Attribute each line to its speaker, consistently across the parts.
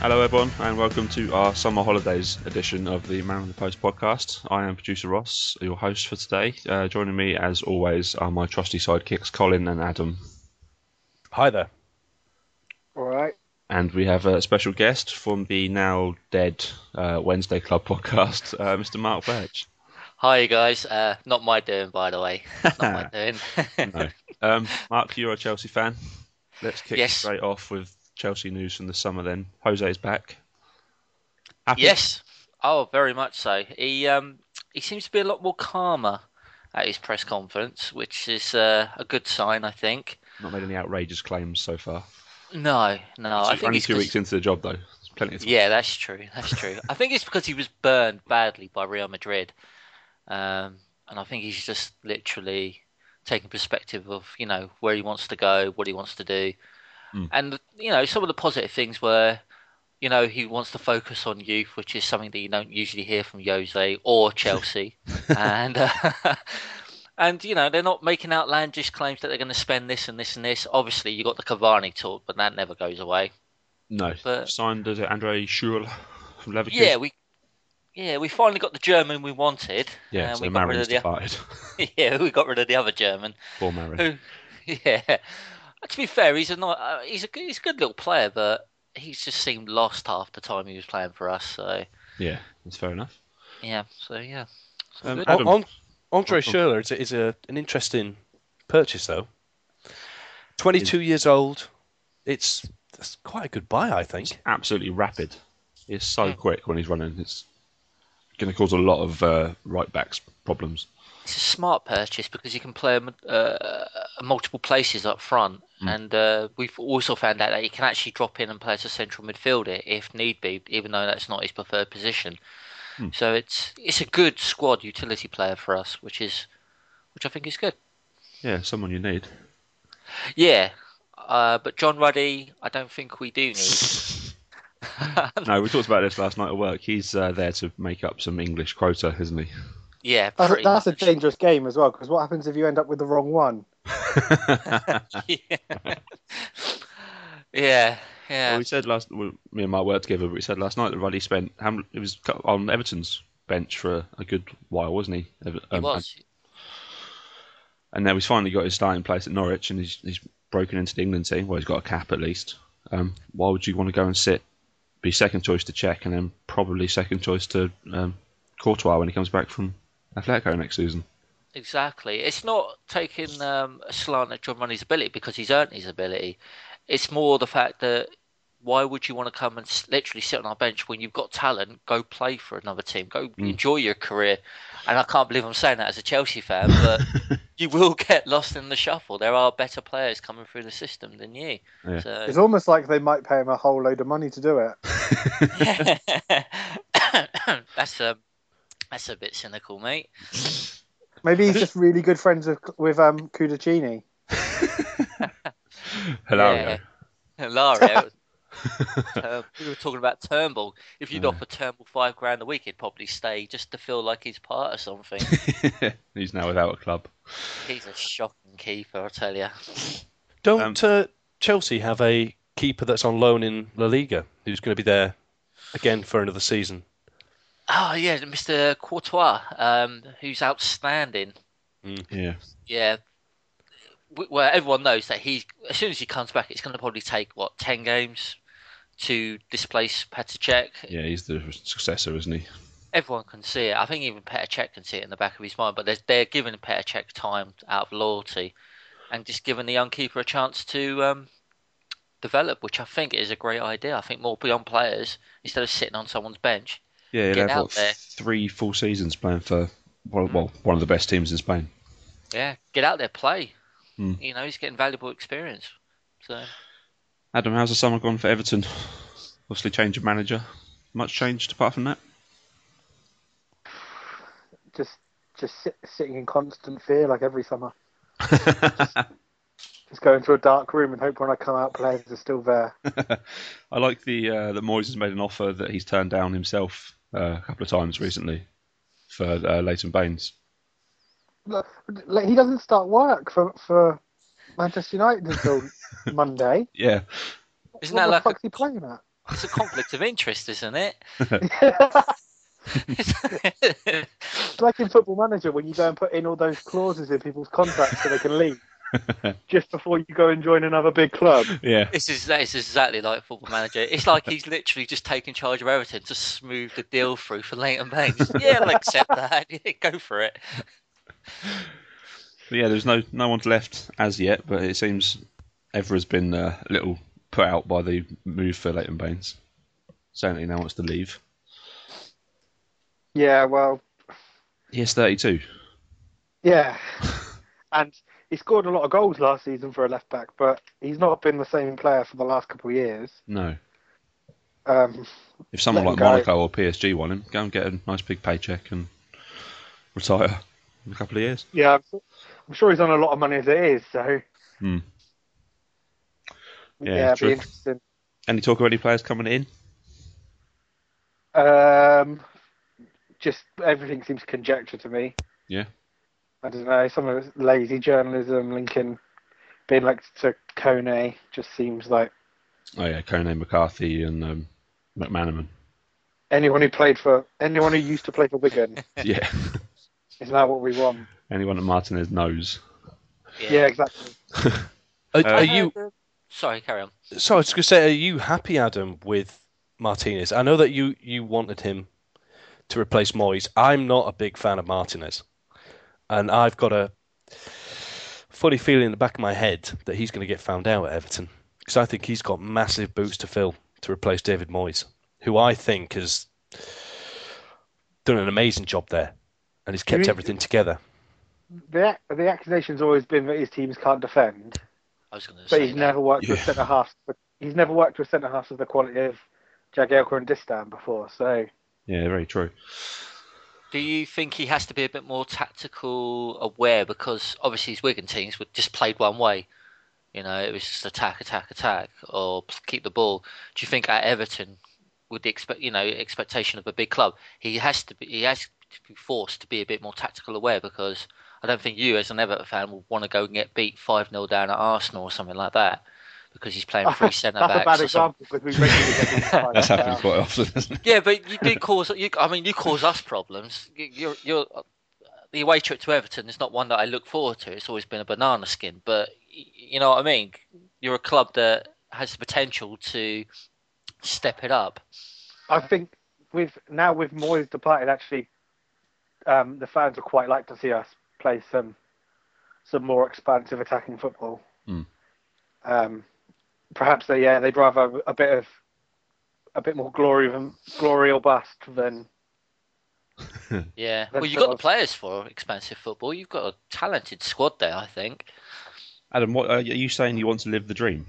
Speaker 1: Hello, everyone, and welcome to our summer holidays edition of the Man with the Post podcast. I am producer Ross, your host for today. Uh, joining me, as always, are my trusty sidekicks Colin and Adam.
Speaker 2: Hi there.
Speaker 3: All right.
Speaker 1: And we have a special guest from the now dead uh, Wednesday Club podcast, uh, Mr. Mark Birch.
Speaker 4: Hi, guys. Uh, not my doing, by the way. Not my doing.
Speaker 1: No. Um, Mark, you're a Chelsea fan. Let's kick
Speaker 4: Yes.
Speaker 1: straight off with Chelsea news from the summer then. Jose's back. Happy?
Speaker 4: yes. Oh, very much so. He um he seems to be a lot more calmer at his press conference, which is uh, a good sign, I think.
Speaker 1: Not made any outrageous claims so far.
Speaker 4: No, no, Oh, I think
Speaker 1: Only
Speaker 4: it's
Speaker 1: two
Speaker 4: 'cause-
Speaker 1: weeks into the job, though. There's plenty of time.
Speaker 4: Yeah, that's true. That's true. I think it's because he was burned badly by Real Madrid, um, and I think he's just literally taking perspective of you know where he wants to go, what he wants to do,
Speaker 1: Mm.
Speaker 4: and you know some of the positive things were, you know, he wants to focus on youth, which is something that you don't usually hear from Jose or Chelsea, and. Uh, And you know they're not making outlandish claims that they're going to spend this and this and this. Obviously, you got the Cavani talk, but that never goes away.
Speaker 1: No.
Speaker 4: But-
Speaker 1: Signed as Andre Schürrle from Leverkusen.
Speaker 4: Yeah, we yeah we finally got the German we wanted.
Speaker 1: Yeah,
Speaker 4: and
Speaker 1: so
Speaker 4: we got rid
Speaker 1: Marin's
Speaker 4: of the
Speaker 1: departed.
Speaker 4: yeah we got rid of the other German.
Speaker 1: Poor Marin.
Speaker 4: Who, yeah, Uh, to be fair, he's a not uh, he's a good- he's a good little player, but he's just seemed lost half the time he was playing for us. So
Speaker 1: Yeah, that's fair enough.
Speaker 4: yeah, so yeah. So
Speaker 1: Um,
Speaker 4: good.
Speaker 1: Adam,
Speaker 2: An- Andre
Speaker 1: Oh, oh.
Speaker 2: Schürrle is, a, is a, an interesting purchase, though. 22 years old. It's that's quite a good buy, I think.
Speaker 1: absolutely rapid. He's so
Speaker 4: Hmm.
Speaker 1: quick when he's running. It's going to cause a lot of uh, right backs problems.
Speaker 4: it's a smart purchase because you can play him, uh, multiple places up front,
Speaker 1: Mm.
Speaker 4: and uh, we've also found out that he can actually drop in and play as a central midfielder if need be, even though that's not his preferred position.
Speaker 1: Hmm.
Speaker 4: So it's it's a good squad utility player for us, which is which I think is good.
Speaker 1: Yeah, someone you need.
Speaker 4: Yeah, uh, but John Ruddy, I don't think we do need.
Speaker 1: No, we talked about this last night at work. He's uh, there to make up some English quota, isn't he?
Speaker 4: Yeah,
Speaker 3: That's,
Speaker 4: pretty
Speaker 3: that's a
Speaker 4: much.
Speaker 3: dangerous game as well, because what happens if you end up with the wrong one?
Speaker 4: yeah. yeah,
Speaker 1: Well,
Speaker 4: yeah.
Speaker 1: we said last. Well, me and Mark worked together, but we said last night that Ruddy spent. How, m- it was cu- on Everton's bench for a, a good while, wasn't he? Ever-
Speaker 4: He
Speaker 1: um,
Speaker 4: was.
Speaker 1: And now he's finally got his starting place at Norwich, and he's he's broken into the England team. Well, he's got a cap at least. Um, why would you want to go and sit, be second choice to Czech, and then probably second choice to um, Courtois when he comes back from Atletico next season?
Speaker 4: Exactly. It's not taking um, a slant at John Money's ability because he's earned his ability. It's more the fact that why would you want to come and s- literally sit on our bench when you've got talent? Go play for another team. Go enjoy your career. And I can't believe I'm saying that as a Chelsea fan, but you will get lost in the shuffle. There are better players coming through the system than you.
Speaker 1: Yeah.
Speaker 4: So,
Speaker 3: It's almost like they might pay him a whole load of money to do it.
Speaker 4: that's a that's a bit cynical, mate.
Speaker 3: Maybe he's just really good friends with with um, Cudicini.
Speaker 1: Hilario.
Speaker 4: Yeah. Hilario. Tur- we were talking about Turnbull. If you'd offer Turnbull five grand a week, he'd probably stay just to feel like he's part of something.
Speaker 1: he's now without a club.
Speaker 4: he's a shocking keeper, I tell you.
Speaker 1: Um,
Speaker 2: Don't uh, Chelsea have a keeper that's on loan in La Liga who's going to be there again for another season?
Speaker 4: Oh yeah, Mr. Courtois, um, who's outstanding.
Speaker 1: Yeah.
Speaker 4: Yeah. W- Well, everyone knows that he's as soon as he comes back, it's going to probably take what ten games to displace Petr Cech.
Speaker 1: Yeah, he's the successor, isn't he?
Speaker 4: everyone can see it. I think even Petr Cech can see it in the back of his mind. But they're, they're giving Petr Cech time out of loyalty, and just giving the young keeper a chance to um, develop, which I think is a great idea. I think more young players, instead of sitting on someone's bench,
Speaker 1: Yeah, he'll
Speaker 4: Get
Speaker 1: have
Speaker 4: out
Speaker 1: what,
Speaker 4: there.
Speaker 1: three full seasons playing for well, well, one of the best teams in Spain.
Speaker 4: yeah, get out there, play.
Speaker 1: Hmm.
Speaker 4: You know, he's getting valuable experience. So
Speaker 1: Adam, how's the summer gone for Everton? Obviously, change of manager. Much changed apart from that.
Speaker 3: Just just sit, sitting in constant fear like every summer. Just go into a dark room and hope when I come out, players are still there.
Speaker 1: I like the uh, that Moyes has made an offer that he's turned down himself uh, a couple of times recently for uh, Leighton Baines.
Speaker 3: Look, Like, he doesn't start work for for Manchester United until Monday.
Speaker 1: Yeah,
Speaker 4: isn't that
Speaker 3: What the
Speaker 4: like a,
Speaker 3: fuck's he playing at?
Speaker 4: it's a conflict of interest, isn't it?
Speaker 3: It's like in Football Manager when you go and put in all those clauses in people's contracts so they can leave just before you go and join another big club.
Speaker 1: yeah.
Speaker 4: This is that is exactly like football manager. It's like he's literally just taking charge of Everton to smooth the deal through for Leighton Baines. Yeah, I'll accept that. Yeah, go for it.
Speaker 1: But yeah, there's no no one's left as yet, but it seems Evra's been uh, a little put out by the move for Leighton Baines. Saying that he now wants to leave.
Speaker 3: Yeah, well,
Speaker 1: He is 32.
Speaker 3: yeah. And he scored a lot of goals last season for a left back, but he's not been the same player for the last couple of years.
Speaker 1: No.
Speaker 3: Um,
Speaker 1: If someone
Speaker 3: Let
Speaker 1: like
Speaker 3: him go.
Speaker 1: Monaco or PSG want him, go and get a nice big paycheck and retire in a couple of years.
Speaker 3: yeah, I'm, su- I'm sure he's on a lot of money as it is, so.
Speaker 1: Hmm. Yeah,
Speaker 3: Yeah, it'd
Speaker 1: true.
Speaker 3: be interesting.
Speaker 1: Any talk of any players coming in?
Speaker 3: Um, just everything seems conjecture to me.
Speaker 1: Yeah.
Speaker 3: I don't know. Some of it's lazy journalism, Lincoln being like to Kone, just seems like
Speaker 1: Oh yeah, Conan McCarthy and um, McManaman.
Speaker 3: anyone who played for anyone who used to play for Wigan
Speaker 1: Yeah,
Speaker 3: is now what we want.
Speaker 1: anyone that Martinez knows.
Speaker 4: Yeah.
Speaker 3: Yeah, exactly.
Speaker 2: Are,
Speaker 1: Uh,
Speaker 2: are you?
Speaker 4: Sorry, carry on.
Speaker 2: So I was going to say, are you happy, Adam, with Martinez? I know that you you wanted him to replace Moyes. I'm not a big fan of Martinez, and I've got a funny feeling in the back of my head that he's going to get found out at Everton because I think he's got massive boots to fill to replace David Moyes, who I think has done an amazing job there and he's kept
Speaker 3: mean-
Speaker 2: everything together.
Speaker 3: The the accusation's always been that his teams can't defend,
Speaker 4: I was going to
Speaker 3: but
Speaker 4: say.
Speaker 3: he's
Speaker 4: that.
Speaker 3: never worked with
Speaker 1: Yeah.
Speaker 3: centre half. He's never worked with centre halves of the quality of Jagielka and Distan before. So
Speaker 1: Yeah, very true.
Speaker 4: Do you think he has to be a bit more tactical aware because obviously his Wigan teams were just played one way. You know, it was just attack, attack, attack, or p- keep the ball. Do you think at Everton, with the expect, you know, expectation of a big club, he has to be, he has to be forced to be a bit more tactical aware because I don't think you, as an Everton fan, will want to go and get beat five 0 down at Arsenal or something like that because he's playing three centre
Speaker 3: that's a bad
Speaker 4: backs. or something.
Speaker 3: example because we regularly get these five
Speaker 1: That's happened
Speaker 3: down.
Speaker 1: quite often, isn't it?
Speaker 4: Yeah, but you do cause. You, I mean, you cause us problems. You- You're, you're the away trip to Everton is not one that I look forward to. It's always been a banana skin. But y- you know what I mean. You're a club that has the potential to step it up.
Speaker 3: I think with now with Moyes departed, actually, um, the fans would quite like to see us play some some more expansive attacking football.
Speaker 1: Hmm.
Speaker 3: Um, perhaps they yeah they'd rather a bit of a bit more glory than glory or bust than
Speaker 4: Yeah.
Speaker 3: That's
Speaker 4: well, you've got
Speaker 3: sort
Speaker 4: the
Speaker 3: of-
Speaker 4: players for expensive football. You've got a talented squad there. I think.
Speaker 1: Adam, what uh, are you saying? You want to live the dream?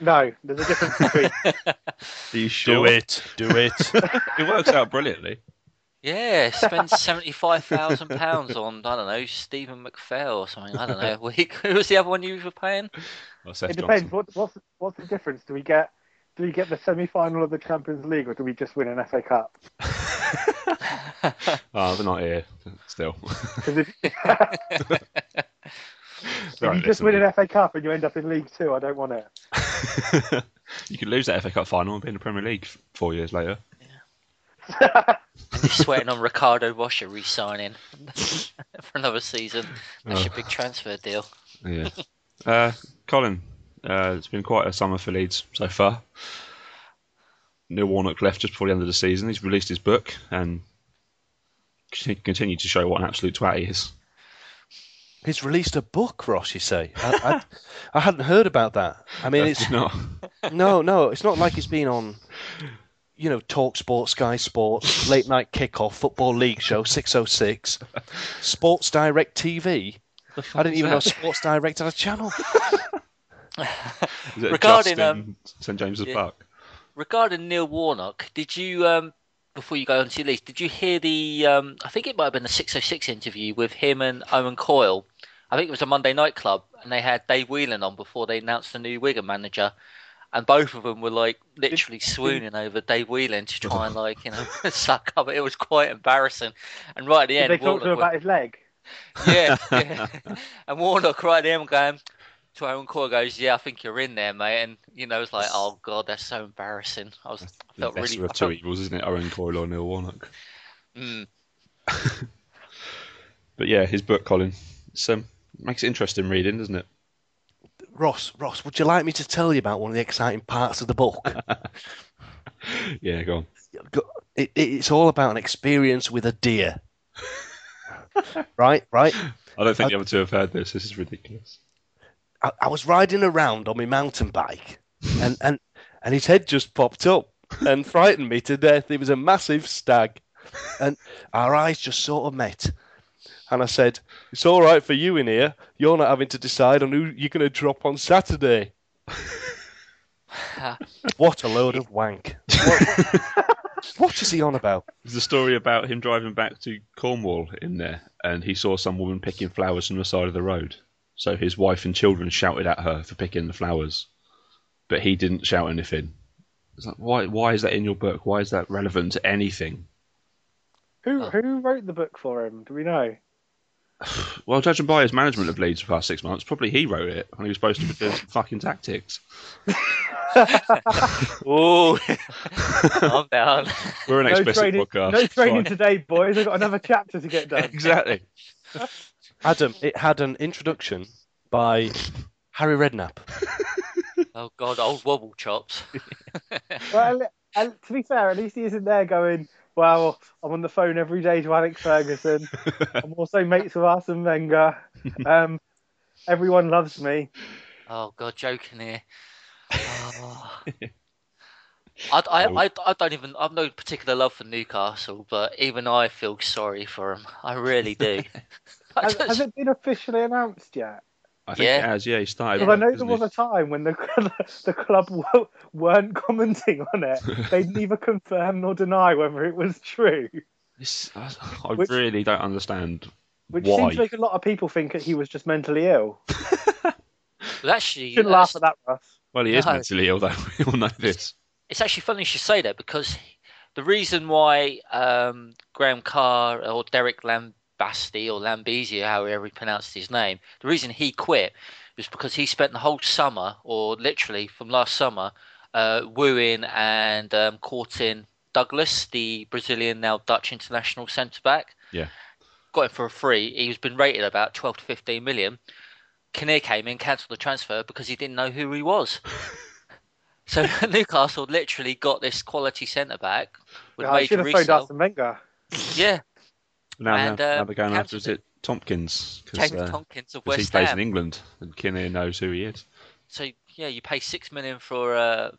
Speaker 3: no. There's a difference between
Speaker 1: Are you
Speaker 2: Do
Speaker 1: sure?
Speaker 2: it, do it.
Speaker 1: It works out brilliantly.
Speaker 4: Yeah, spend seventy five thousand pounds on I don't know Stephen McPhail or something. I don't know. a week. Who was the other one you were paying?
Speaker 1: Well, Seth
Speaker 3: it
Speaker 1: Johnson.
Speaker 3: depends. What, what's what's the difference? Do we get do we get the semi final of the Champions League or do we just win an FA Cup?
Speaker 1: Ah, they're not here still.
Speaker 3: 'Cause if, if
Speaker 1: Right,
Speaker 3: you just
Speaker 1: listen,
Speaker 3: win an FA Cup and you end up in League Two, I don't want it.
Speaker 1: you could lose that FA Cup final and be in the Premier League f- four years later.
Speaker 4: And you're sweating on Ricardo Rocha re signing for another season. That's
Speaker 1: Oh.
Speaker 4: your big transfer deal.
Speaker 1: Yeah. uh, Colin, uh, it's been quite a summer for Leeds so far. Neil Warnock left just before the end of the season. He's released his book and c- continued to show what an absolute twat he is.
Speaker 2: He's released a book, Ross. You say? I, I, I hadn't heard about that. I mean, it's
Speaker 1: It's not.
Speaker 2: no, no. It's not like it's been on, you know, Talk Sport, Sky Sports, Late Night Kickoff, Football League Show, six oh six, Sports Direct TV. I didn't even know Sports Direct had a channel.
Speaker 1: Is it
Speaker 4: Regarding,
Speaker 1: Regarding um, St James's
Speaker 4: yeah.
Speaker 1: Park.
Speaker 4: Regarding Neil Warnock, did you um, before you go on to your list, did you hear the? Um, I think it might have been the 606 interview with him and Owen Coyle. I think it was a Monday Night Club, and they had Dave Whelan on before they announced the new Wigan manager. And both of them were like literally swooning over Dave Whelan to try and like you know suck up. It was quite embarrassing. And right at the
Speaker 3: Did
Speaker 4: end,
Speaker 3: they talk to
Speaker 4: Warnock went-
Speaker 3: him about his leg?
Speaker 4: yeah, yeah. and Warnock right there and going to Aaron Core goes, Yeah, I think you're in there, mate and you know, it's like, Oh god, that's so embarrassing. I was I
Speaker 1: The
Speaker 4: felt
Speaker 1: lesser
Speaker 4: really
Speaker 1: of
Speaker 4: I
Speaker 1: two
Speaker 4: felt,
Speaker 1: evils, isn't it? Owen Coyle or Neil Warnock.
Speaker 4: mm,
Speaker 1: But yeah, his book, Colin. It's, um, makes it interesting reading, doesn't it?
Speaker 2: Ross, Ross, would you like me to tell you about one of the exciting parts of the book?
Speaker 1: Yeah, go on.
Speaker 2: go- it, it- it's all about an experience with a deer. right, right.
Speaker 1: I don't think the other two have heard this. This is ridiculous.
Speaker 2: I, I was riding around on my mountain bike, and, and and his head just popped up and frightened me to death. It was a massive stag, and our eyes just sort of met. And I said, "It's all right for you in here. You're not having to decide on who you're going to drop on Saturday." what a load of wank! What- what is he on about?
Speaker 1: There's a story about him driving back to Cornwall in there, and he saw some woman picking flowers from the side of the road. So his wife and children shouted at her for picking the flowers, but he didn't shout anything. It's like, why? Why is that in your book? Why is that relevant to anything?
Speaker 3: Who
Speaker 4: Oh.
Speaker 3: who wrote the book for him? Do we know?
Speaker 1: Well, judging by his management of Leeds for the past six months, probably he wrote it when he was supposed to be doing some fucking tactics.
Speaker 4: Ooh I'm down.
Speaker 1: We're an explicit
Speaker 3: training,
Speaker 1: podcast.
Speaker 3: no
Speaker 1: it's fine.
Speaker 3: training today, boys. I've got another chapter to get done.
Speaker 1: Exactly.
Speaker 2: Adam, it had an introduction by Harry Redknapp.
Speaker 4: Oh god, old wobble chops.
Speaker 3: Well, and to be fair, at least he isn't there going, well, I'm on the phone every day to Alex Ferguson. I'm also mates with Arsene Wenger. Um, everyone loves me.
Speaker 4: Oh god, joking here. Oh. I, I, I, I don't even I've no particular love for Newcastle, but even I feel sorry for him. I really do. I
Speaker 3: Has,
Speaker 4: just-
Speaker 3: has it been officially announced yet?
Speaker 1: I think
Speaker 4: Yeah.
Speaker 1: it has. Yeah, he started.
Speaker 3: Because I
Speaker 1: on it,
Speaker 3: know there
Speaker 1: hasn't
Speaker 3: was a time when the club, the club w- weren't commenting on it. They neither confirm nor deny whether it was true,
Speaker 1: he? This- I, I
Speaker 3: Which-
Speaker 1: really don't understand
Speaker 3: which
Speaker 1: why.
Speaker 3: seems to make a lot of people think that he was just mentally ill.
Speaker 4: Well, actually,
Speaker 3: You shouldn't
Speaker 4: that's-
Speaker 3: laugh at that, Russ.
Speaker 1: Well, he is
Speaker 4: No.
Speaker 1: mentally ill, though. We all know this.
Speaker 4: it's actually funny you should say that because the reason why um, Graham Carr or Derek Lambasti or Lambesi, however he pronounced his name, the reason he quit was because he spent the whole summer, or literally from last summer, uh, wooing and um, courting Douglas, the Brazilian now Dutch international centre back.
Speaker 1: Yeah.
Speaker 4: Got him for a free. He's been rated about 12 to 15 million. Kinnear came in, cancelled the transfer because he didn't know who he was. So Newcastle literally got this quality centre back with
Speaker 3: Yeah, I should
Speaker 4: major
Speaker 3: have phoned
Speaker 4: resale.
Speaker 3: Arsene Wenger.
Speaker 4: Yeah,
Speaker 1: Now,
Speaker 4: And,
Speaker 1: now,
Speaker 4: uh,
Speaker 1: now they're going after
Speaker 4: Hampton-
Speaker 1: is it Tompkins uh, because
Speaker 4: Ted Tompkins of
Speaker 1: he
Speaker 4: West
Speaker 1: plays in
Speaker 4: Ham.
Speaker 1: England and Kinnear knows who he is.
Speaker 4: So yeah, you pay six million for uh,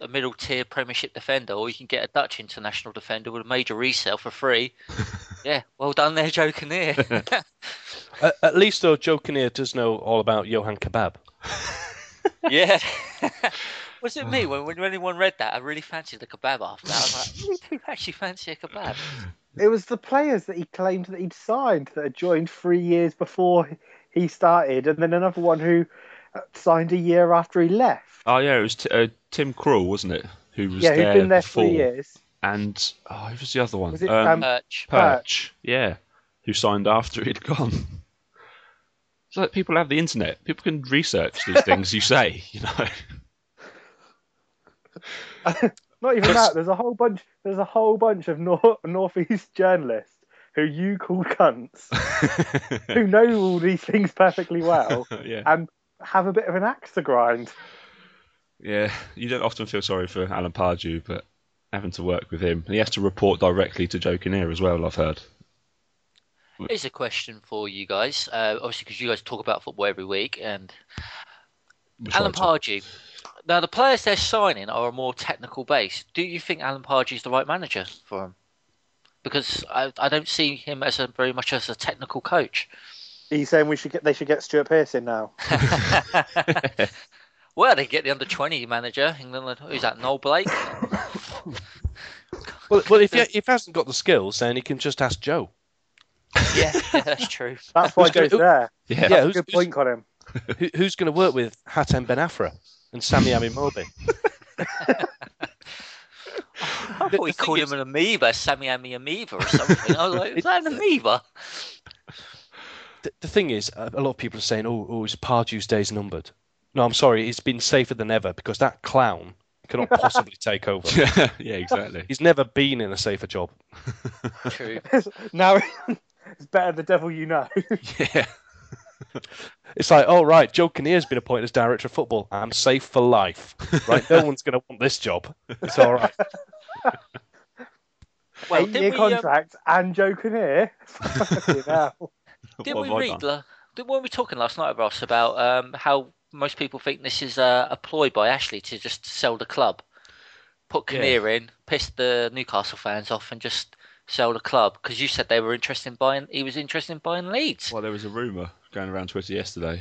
Speaker 4: a middle tier Premiership defender, or you can get a Dutch international defender with a major resale for free. yeah, well done there, Joe Kinnear.
Speaker 2: At, at least, though, Joe Kinnear does know all about Johan Kebab.
Speaker 4: yeah. Was it me when, when anyone read that? I really fancied a kebab after that. I was like, you do actually fancy a kebab?
Speaker 3: It was the players that he claimed that he'd signed that had joined three years before he started, and then another one who uh, signed a year after he left.
Speaker 1: Oh yeah, it was t- uh, Tim Krul, wasn't it? Who was
Speaker 3: yeah,
Speaker 1: there
Speaker 3: who'd been there
Speaker 1: before?
Speaker 3: three years.
Speaker 1: And oh, who was the other one?
Speaker 3: Was it,
Speaker 1: um,
Speaker 3: um,
Speaker 4: Perch.
Speaker 1: Perch? Yeah, who signed after he'd gone. It's like people have the internet. People can research these things you say. You know.
Speaker 3: Not even
Speaker 1: Yes.
Speaker 3: that. There's a whole bunch. There's a whole bunch of nor- northeast journalists who you call cunts, who know all these things perfectly well,
Speaker 1: yeah.
Speaker 3: and have a bit of an axe to grind.
Speaker 1: Yeah, you don't often feel sorry for Alan Pardew, but having to work with him, he has to report directly to Joe Kinnear as well. I've heard.
Speaker 4: Here's a question for you guys. Uh, obviously, because you guys talk about football every week, and
Speaker 1: Which
Speaker 4: Alan
Speaker 1: way to-
Speaker 4: Pardew. Now, the players they're signing are a more technical base. Do you think Alan Pardew's the right manager for him? Because I, I don't see him as a, very much as a technical coach.
Speaker 3: He's saying we should get they should get Stuart Pearson now.
Speaker 4: Well, they get the under twenty manager. England, who's that? Noel Blake.
Speaker 2: Well, well if, he, if he hasn't got the skills, then he can just ask Joe.
Speaker 4: yeah, yeah, that's true.
Speaker 3: That's why
Speaker 2: Who's
Speaker 3: Joe's
Speaker 2: gonna-
Speaker 3: there.
Speaker 1: Yeah.
Speaker 2: yeah,
Speaker 3: That's a
Speaker 2: who's,
Speaker 3: good
Speaker 2: who's,
Speaker 3: point on him.
Speaker 2: who, who's going to work with Hatem Ben Afra and Sami Amimobi?
Speaker 4: I thought we
Speaker 2: thing
Speaker 4: called
Speaker 2: is-
Speaker 4: him an amoeba, Sammy Ami Amoeba or something. I was like, is that an amoeba?
Speaker 2: the, the thing is, a a lot of people are saying, "Oh, oh, is Pardew's days numbered?" No, I'm sorry, it's been safer than ever because that clown cannot possibly take over.
Speaker 1: yeah, exactly.
Speaker 2: He's never been in a safer job.
Speaker 4: True.
Speaker 3: now it's better the devil you know.
Speaker 1: Yeah.
Speaker 2: It's like, oh right, Joe Kinnear's been appointed as director of football. I'm safe for life. Right, no one's going to want this job. It's all right.
Speaker 4: Well,
Speaker 3: Eight year
Speaker 4: did we, um,
Speaker 3: contract and Joe Kinnear. Fucking hell.
Speaker 4: did
Speaker 1: What
Speaker 4: we
Speaker 1: have I done?
Speaker 4: read? La- did, weren't we talking last night, Ross, about um, how most people think this is uh, a ploy by Ashley to just sell the club, put
Speaker 2: Yeah.
Speaker 4: Kinnear in, piss the Newcastle fans off, and just sell the club? Because you said they were interested in buying. He was interested in buying Leeds.
Speaker 1: Well, there was a rumour going around Twitter yesterday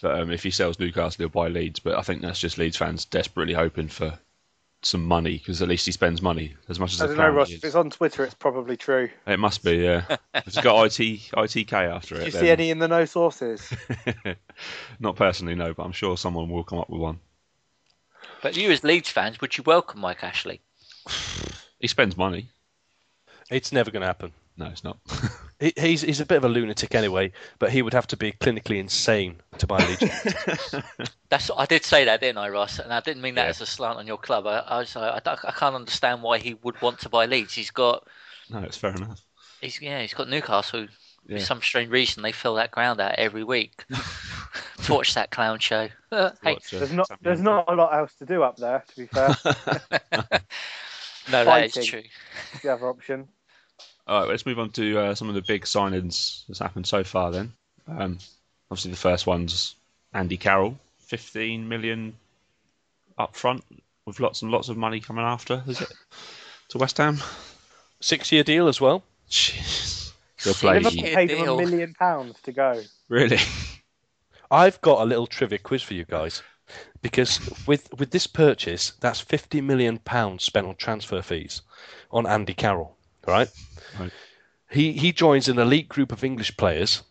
Speaker 1: that um, if he sells Newcastle, he'll buy Leeds. But I think that's just Leeds fans desperately hoping for some money because at least he spends money as much as
Speaker 3: I
Speaker 1: a
Speaker 3: don't know,
Speaker 1: clown
Speaker 3: Ross.
Speaker 1: he
Speaker 3: If
Speaker 1: is.
Speaker 3: it's on Twitter, it's probably true.
Speaker 1: It must be, yeah. if it's got IT, ITK after
Speaker 3: Do
Speaker 1: it.
Speaker 3: you
Speaker 1: then-
Speaker 3: see any in the no sources?
Speaker 1: Not personally, no, but I'm sure someone will come up with one.
Speaker 4: But you, as Leeds fans, would you welcome Mike Ashley?
Speaker 1: He spends money.
Speaker 2: It's never going to happen.
Speaker 1: No, it's not.
Speaker 2: He, he's he's a bit of a lunatic anyway, but he would have to be clinically insane to buy Legion.
Speaker 4: That's I did say that, didn't I, Ross? And I didn't mean that
Speaker 1: Yeah.
Speaker 4: as a slant on your club. I, I was like, I, don't- I can't understand why he would want to buy Leeds. He's got,
Speaker 1: no, it's fair enough.
Speaker 4: he's yeah, he's got Newcastle.
Speaker 1: Yeah.
Speaker 4: For some strange reason, they fill that ground out every week to watch that clown show. hey,
Speaker 1: Watch, uh,
Speaker 3: There's not
Speaker 1: something
Speaker 3: there's
Speaker 1: like
Speaker 3: not a lot else to do up there, to be fair.
Speaker 4: no, that is
Speaker 3: fighting.
Speaker 4: true.
Speaker 3: It's the other option.
Speaker 1: All right, let's move on to uh, some of the big signings that's happened so far. Then, um, obviously, the first one's Andy Carroll, fifteen million up front, with lots and lots of money coming after. Is it to West Ham?
Speaker 2: Six year deal as well.
Speaker 1: Jeez, they'll
Speaker 4: See,
Speaker 1: play
Speaker 3: Liverpool
Speaker 4: Yeah,
Speaker 3: paid him a
Speaker 4: deal.
Speaker 3: million pounds to go.
Speaker 1: really.
Speaker 2: I've got a little trivia quiz for you guys, because with with this purchase, that's fifty million pounds spent on transfer fees on Andy Carroll. Right?
Speaker 1: Right.
Speaker 2: He he joins an elite group of English players.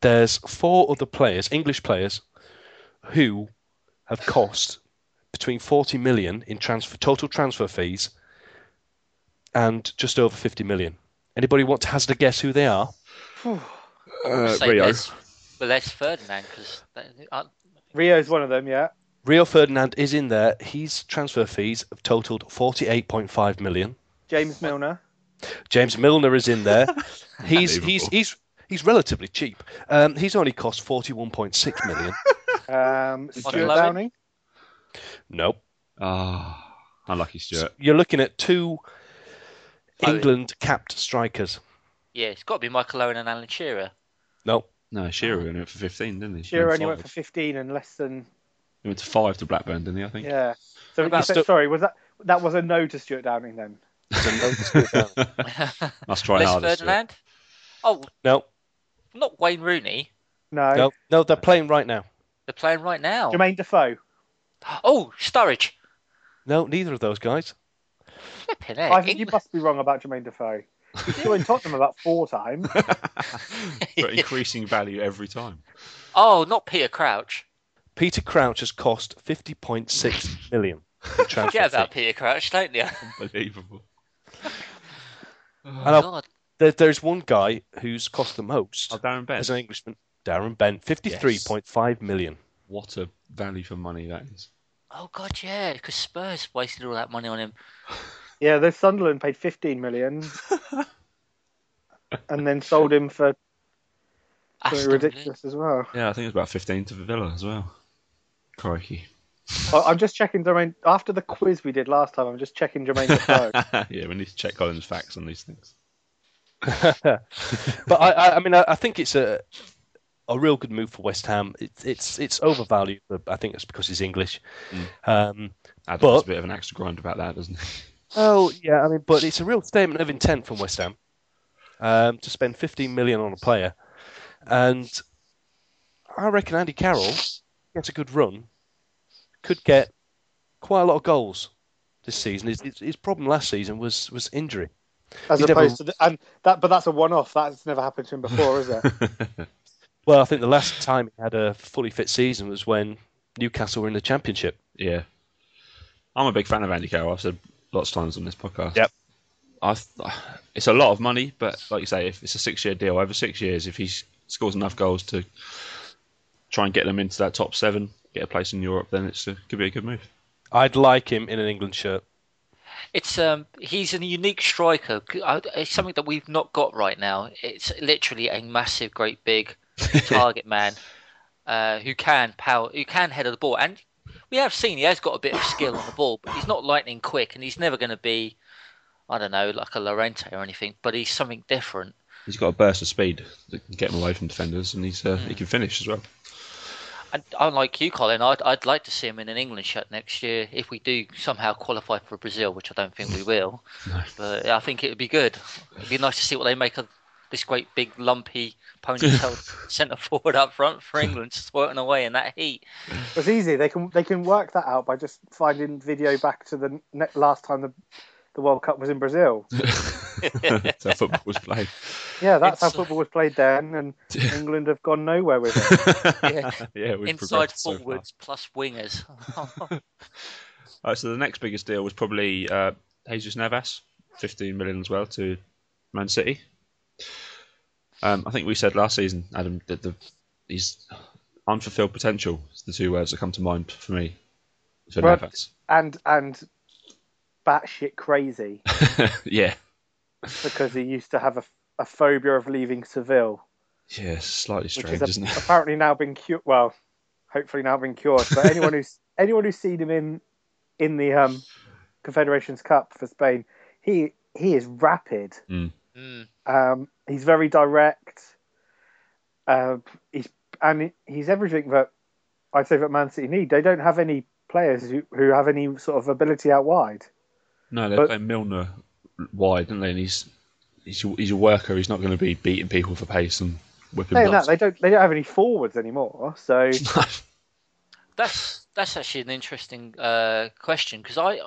Speaker 2: There's four other players, English players, who have cost between forty million in transfer total transfer fees and just over fifty million. Anybody want to hazard a guess who they are?
Speaker 1: Uh,
Speaker 4: Say
Speaker 1: Rio,
Speaker 4: Les- But Les Ferdinand, uh, because
Speaker 3: Rio's one of them, yeah.
Speaker 2: Rio Ferdinand is in there. His transfer fees have totaled 48.5 million.
Speaker 3: James Milner.
Speaker 2: James Milner is in there. he's he's
Speaker 1: Unbelievable.
Speaker 2: he's he's relatively cheap. Um, he's only cost 41.6 million.
Speaker 3: Um, Stuart
Speaker 4: Lovett?
Speaker 3: Downing.
Speaker 2: nope.
Speaker 1: ah, unlucky Stuart.
Speaker 2: You're looking at two
Speaker 4: Oh, yeah.
Speaker 2: England capped strikers.
Speaker 4: yeah, it's got to be Michael Owen and Alan Shearer.
Speaker 2: Nope.
Speaker 1: No, Shearer only went for fifteen, didn't he?
Speaker 3: Ah. Shearer
Speaker 1: went
Speaker 3: only went for
Speaker 1: five.
Speaker 3: 15 and less than.
Speaker 1: He went to five to Blackburn, didn't he? I think.
Speaker 3: Yeah. So
Speaker 4: About-
Speaker 3: you said- sorry, was that that was a no to Stuart Downing then?
Speaker 1: Must try harder.
Speaker 4: Les
Speaker 1: Stuart.
Speaker 4: Ferdinand. Oh,
Speaker 2: No.
Speaker 4: not Wayne Rooney.
Speaker 3: No.
Speaker 2: No. No. They're playing right now.
Speaker 4: They're playing right now.
Speaker 3: Jermaine Defoe.
Speaker 4: Oh, Sturridge.
Speaker 2: No. Neither of those guys.
Speaker 4: Flipping heck.
Speaker 3: I think you
Speaker 4: England-
Speaker 3: must be wrong about Jermaine Defoe. He's joined Tottenham about four times.
Speaker 1: but increasing value every time.
Speaker 4: Oh, not Peter Crouch.
Speaker 2: Peter Crouch has cost 50.6 million. in transfer
Speaker 4: Forget about
Speaker 2: fee.
Speaker 4: Peter Crouch, don't you?
Speaker 1: Unbelievable.
Speaker 2: And I'll-
Speaker 4: God.
Speaker 2: there, there's one guy who's cost the most.
Speaker 1: Oh, Darren Bent.
Speaker 2: as an Englishman, Darren Bent, fifty-three point five million.
Speaker 1: What a value for money that is.
Speaker 4: Oh God, yeah, because Spurs wasted all that money on him.
Speaker 3: Yeah, the Sunderland paid 15 million and then sold him for something
Speaker 4: Aston Villa.
Speaker 3: ridiculous as well.
Speaker 1: Yeah, I think it's about 15 to Villa as well. Crikey.
Speaker 3: I- I'm just checking Jermaine. After the quiz we did last time, I'm just checking Jermaine Defoe.
Speaker 1: yeah, we need to check Colin's facts on these things.
Speaker 2: but I, I, I mean, I, I think it's a a real good move for West Ham. It, it's it's overvalued, but I think it's because he's English. Um,
Speaker 1: Adam
Speaker 2: But-
Speaker 1: has a bit of an extra grind about that, doesn't he?
Speaker 2: Oh yeah, I mean, but it's a real statement of intent from West Ham um, to spend 15 million on a player, and I reckon Andy Carroll gets a good run, could get quite a lot of goals this season. His, his, his problem last season was was injury.
Speaker 3: As
Speaker 2: He never-
Speaker 3: opposed to the, and that, but that's a one-off. That's never happened to him before, is it?
Speaker 2: Well, I think the last time he had a fully fit season was when Newcastle were in the Championship.
Speaker 1: Yeah. I'm a big fan of Andy Carroll. I've said lots of times on this podcast.
Speaker 2: Yep.
Speaker 1: I th- it's a lot of money, but like you say, if it's a six year deal, over six years, if he s- scores enough goals to try and get them into that top seven, get a place in Europe, then it's a, could be a good move.
Speaker 2: I'd like him in an England shirt.
Speaker 4: It's um, he's a unique striker. I- It's something that we've not got right now. It's literally a massive, great, big target man uh, who can power, who can header the ball, and we have seen he has got a bit of skill on the ball, but he's not lightning quick, and he's never going to be, I don't know, like a Lorente or anything. But he's something different.
Speaker 1: He's got a burst of speed that can get him away from defenders, and he's uh,
Speaker 3: Mm.
Speaker 1: he can finish as well.
Speaker 4: And unlike you, Colin, I'd, I'd like to see him in an England shirt next year if we do somehow qualify for Brazil, which I don't think we will. But I think it would be good. It'd be nice to see what they make of this great big lumpy ponytail centre forward up front for England, squirting away in that heat.
Speaker 3: It's easy. They can they can work that out by just finding video back to the ne- last time the the World Cup was in Brazil.
Speaker 1: That's how football was played.
Speaker 3: Yeah, that's how
Speaker 4: It's- uh,
Speaker 3: football was played then, and England have gone nowhere with it.
Speaker 4: Yeah.
Speaker 1: Yeah, we've
Speaker 4: Inside
Speaker 1: progressed so far.
Speaker 4: forwards plus wingers.
Speaker 1: Uh, so the next biggest deal was probably uh, Jesus Navas, 15 million as well to Man City. Um, I think we said last season, Adam, that the he's unfulfilled potential is the two words that come to mind for me for
Speaker 3: Right.
Speaker 1: Navas.
Speaker 3: and and batshit crazy
Speaker 1: yeah,
Speaker 3: because he used to have a, a phobia of leaving Seville,
Speaker 1: yeah, slightly
Speaker 3: which
Speaker 1: strange,
Speaker 3: is
Speaker 1: isn't it?
Speaker 3: apparently now been cured. Well, hopefully now been cured. But anyone who's anyone who's seen him in in the um, Confederations Cup for Spain, he he is rapid.
Speaker 1: Hmm.
Speaker 4: Mm.
Speaker 3: Um, he's very direct. Um, he's and he's everything that I'd say that Man City need. They don't have any players who, who have any sort of ability out wide.
Speaker 1: No, they're
Speaker 3: But-
Speaker 1: playing Milner wide, don't they? And he's he's he's a worker. He's not going to be beating people for pace and whipping.
Speaker 3: Saying that,
Speaker 1: blocks.
Speaker 3: they don't they don't have any forwards anymore. So
Speaker 4: That's that's actually an interesting uh, question because I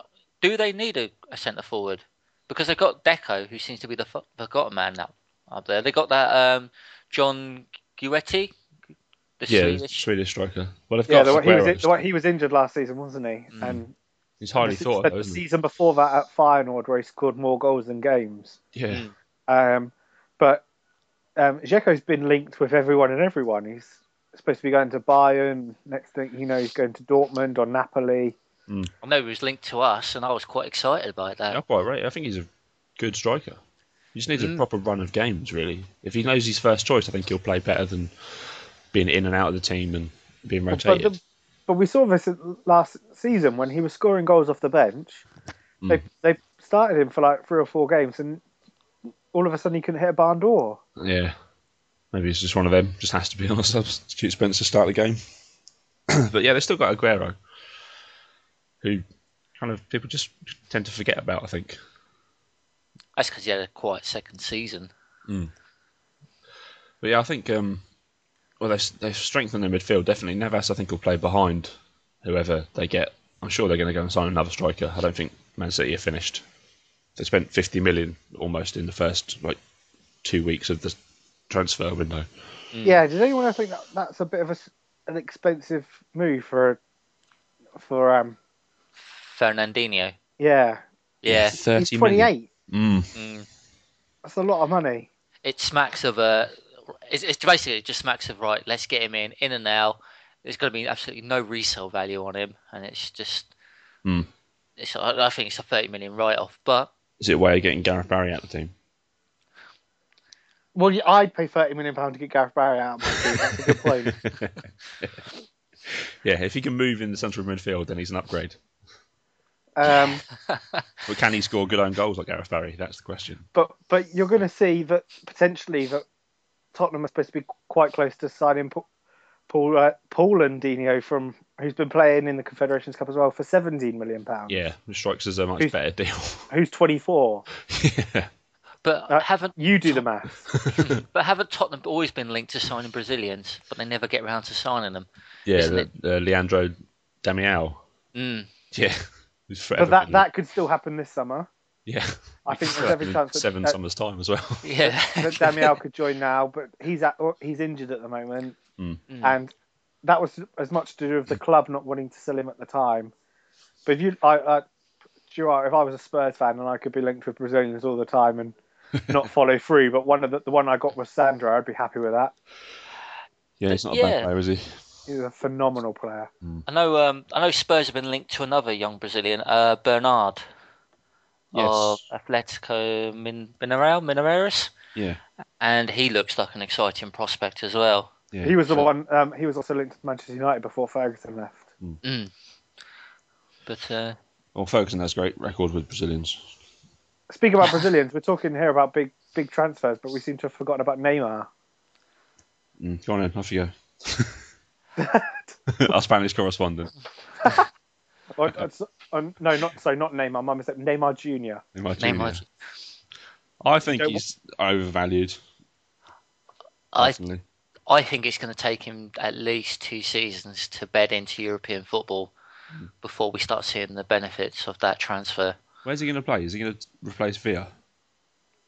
Speaker 4: do they need a, a centre forward because they've got Deco who seems to be the fo- forgotten man now up there. They got that um, John Guetti, the
Speaker 1: yeah, Swedish.
Speaker 4: Swedish.
Speaker 1: striker. Well, they've
Speaker 3: yeah,
Speaker 1: got
Speaker 3: the, way he
Speaker 1: Figueroa.
Speaker 3: was the way he was injured last season, wasn't he? And
Speaker 1: He's Mm, highly
Speaker 3: the-
Speaker 1: thought
Speaker 3: the,
Speaker 1: of, though, isn't he?
Speaker 3: season before that at Feyenoord, where he scored more goals than games.
Speaker 1: Yeah.
Speaker 3: Um, but um, Dzeko's been linked with everyone and everyone. He's supposed to be going to Bayern. Next thing you know, he's going to Dortmund or Napoli.
Speaker 4: I know he was linked to us, and I was quite excited about that.
Speaker 1: You're quite right. I think he's a good striker. He just needs a proper run of games, really. If he knows his first choice, I think he'll play better than being in and out of the team and being
Speaker 3: But,
Speaker 1: rotated.
Speaker 3: the, but we saw this last season when he was scoring goals off the bench.
Speaker 1: Mm.
Speaker 3: They they started him for like three or four games, and all of a sudden he couldn't hit a barn door.
Speaker 1: Yeah. Maybe it's just one of them. Just has to be on a substitute Spence to start the game. but yeah, they've still got Aguero, who kind of people just tend to forget about, I think.
Speaker 4: That's because he had a quiet second season.
Speaker 1: But yeah, I think um, well they've they've strengthened their midfield definitely. Navas I think will play behind whoever they get. I'm sure they're going to go and sign another striker. I don't think Man City are finished. They spent 50 million almost in the first like two weeks of the transfer window.
Speaker 3: Yeah,
Speaker 1: Mm.
Speaker 3: does anyone else think that that's a bit of a s an expensive move for for um
Speaker 4: Fernandinho,
Speaker 3: yeah
Speaker 4: yeah,
Speaker 1: 30
Speaker 3: he's 28.
Speaker 1: million. Mm.
Speaker 3: That's a lot of money.
Speaker 4: it smacks of a. It's, it's basically just smacks of right. Let's get him in, in and out. There's going to be absolutely no resale value on him, and it's just.
Speaker 1: Hmm.
Speaker 4: It's, I I think it's a thirty million write-off, but
Speaker 1: Is it a way of getting Gareth Barry out of the team?
Speaker 3: Well, yeah, I'd pay 30 million pound to get Gareth Barry out. Of my team. That's a good point.
Speaker 1: Yeah, if he can move in the centre of midfield, then he's an upgrade.
Speaker 3: Um,
Speaker 1: But can he score good own goals like Gareth Barry? That's the question.
Speaker 3: but but you're going to see that potentially that Tottenham are supposed to be quite close to signing Paul Paul, uh, Paul Andinho from who's been playing in the Confederations Cup as well for 17 million pounds.
Speaker 1: Yeah, it strikes us a much
Speaker 3: Who's-
Speaker 1: better deal.
Speaker 3: Who's 24?
Speaker 1: yeah.
Speaker 4: But
Speaker 3: Uh,
Speaker 4: haven't
Speaker 3: You do the math.
Speaker 4: but haven't Tottenham always been linked to signing Brazilians? But they never get round to signing them.
Speaker 1: Yeah,
Speaker 4: Isn't
Speaker 1: the, uh, Leandro Damiao.
Speaker 4: Mm.
Speaker 1: Yeah. He's forever
Speaker 3: but that
Speaker 1: been-
Speaker 3: that could still happen this summer.
Speaker 1: yeah.
Speaker 3: I think there's
Speaker 1: Forever
Speaker 3: every
Speaker 1: been
Speaker 3: chance that-
Speaker 1: seven
Speaker 3: that-
Speaker 1: summers time as well.
Speaker 4: Yeah.
Speaker 3: That Daniel could join now, but he's at, uh, he's injured at the moment,
Speaker 1: Mm.
Speaker 4: Mm.
Speaker 3: and that was as much to do with the
Speaker 1: Hmm.
Speaker 3: club not wanting to sell him at the time. But if you, I, I, do you know, what, if I was a Spurs fan and I could be linked with Brazilians all the time and not follow through, but one of the, the one I got was Sandro, I'd be happy with that.
Speaker 1: yeah, he's not a
Speaker 4: Yeah.
Speaker 1: bad player, is he?
Speaker 3: He's a phenomenal player.
Speaker 4: I know. Um, I know Spurs have been linked to another young Brazilian, uh, Bernard
Speaker 1: Yes.
Speaker 4: of Atletico Min- Mineiro, Mineiros,
Speaker 1: Yeah.
Speaker 4: and he looks like an exciting prospect as well.
Speaker 1: yeah.
Speaker 3: He was the
Speaker 1: So-
Speaker 3: one. Um, he was also linked to Manchester United before Ferguson left.
Speaker 4: Mm. But uh,
Speaker 1: Well, Ferguson has great record with Brazilians.
Speaker 3: Speaking about Brazilians, we're talking here about big big transfers, but we seem to have forgotten about Neymar.
Speaker 1: Mm, go on then, off you go. Our Spanish correspondent.
Speaker 3: Or, or- or- no, not so. Not Neymar. My mistake. Neymar Junior.
Speaker 1: Neymar
Speaker 4: Neymar,
Speaker 1: Jr. I think
Speaker 3: Don't-
Speaker 1: he's overvalued.
Speaker 4: I
Speaker 1: personally.
Speaker 4: I think it's going to take him at least two seasons to bed into European football
Speaker 1: Mm.
Speaker 4: before we start seeing the benefits of that transfer.
Speaker 1: Where's he going to play? Is he going to replace Villa?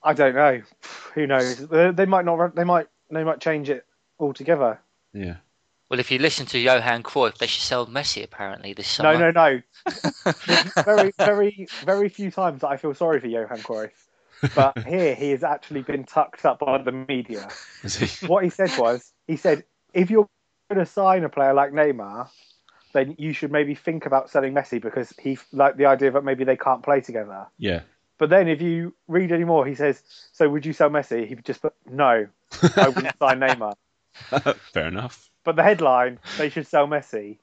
Speaker 3: I don't know. Who knows? They they might not. They might. They might change it altogether.
Speaker 1: Yeah.
Speaker 4: Well, if you listen to Johan Cruyff, they should sell Messi apparently this summer.
Speaker 3: No, no, no. very, very, very few times that I feel sorry for Johan Cruyff, but here he has actually been tucked up by the media.
Speaker 1: Is he?
Speaker 3: What he said was, he said, if you're going to sign a player like Neymar, then you should maybe think about selling Messi because he like the idea that maybe they can't play together.
Speaker 1: Yeah.
Speaker 3: But then if you read any more, he says, "So would you sell Messi?" He just put, "No, I wouldn't sign Neymar."
Speaker 1: Fair enough.
Speaker 3: But the headline, "They should sell Messi,"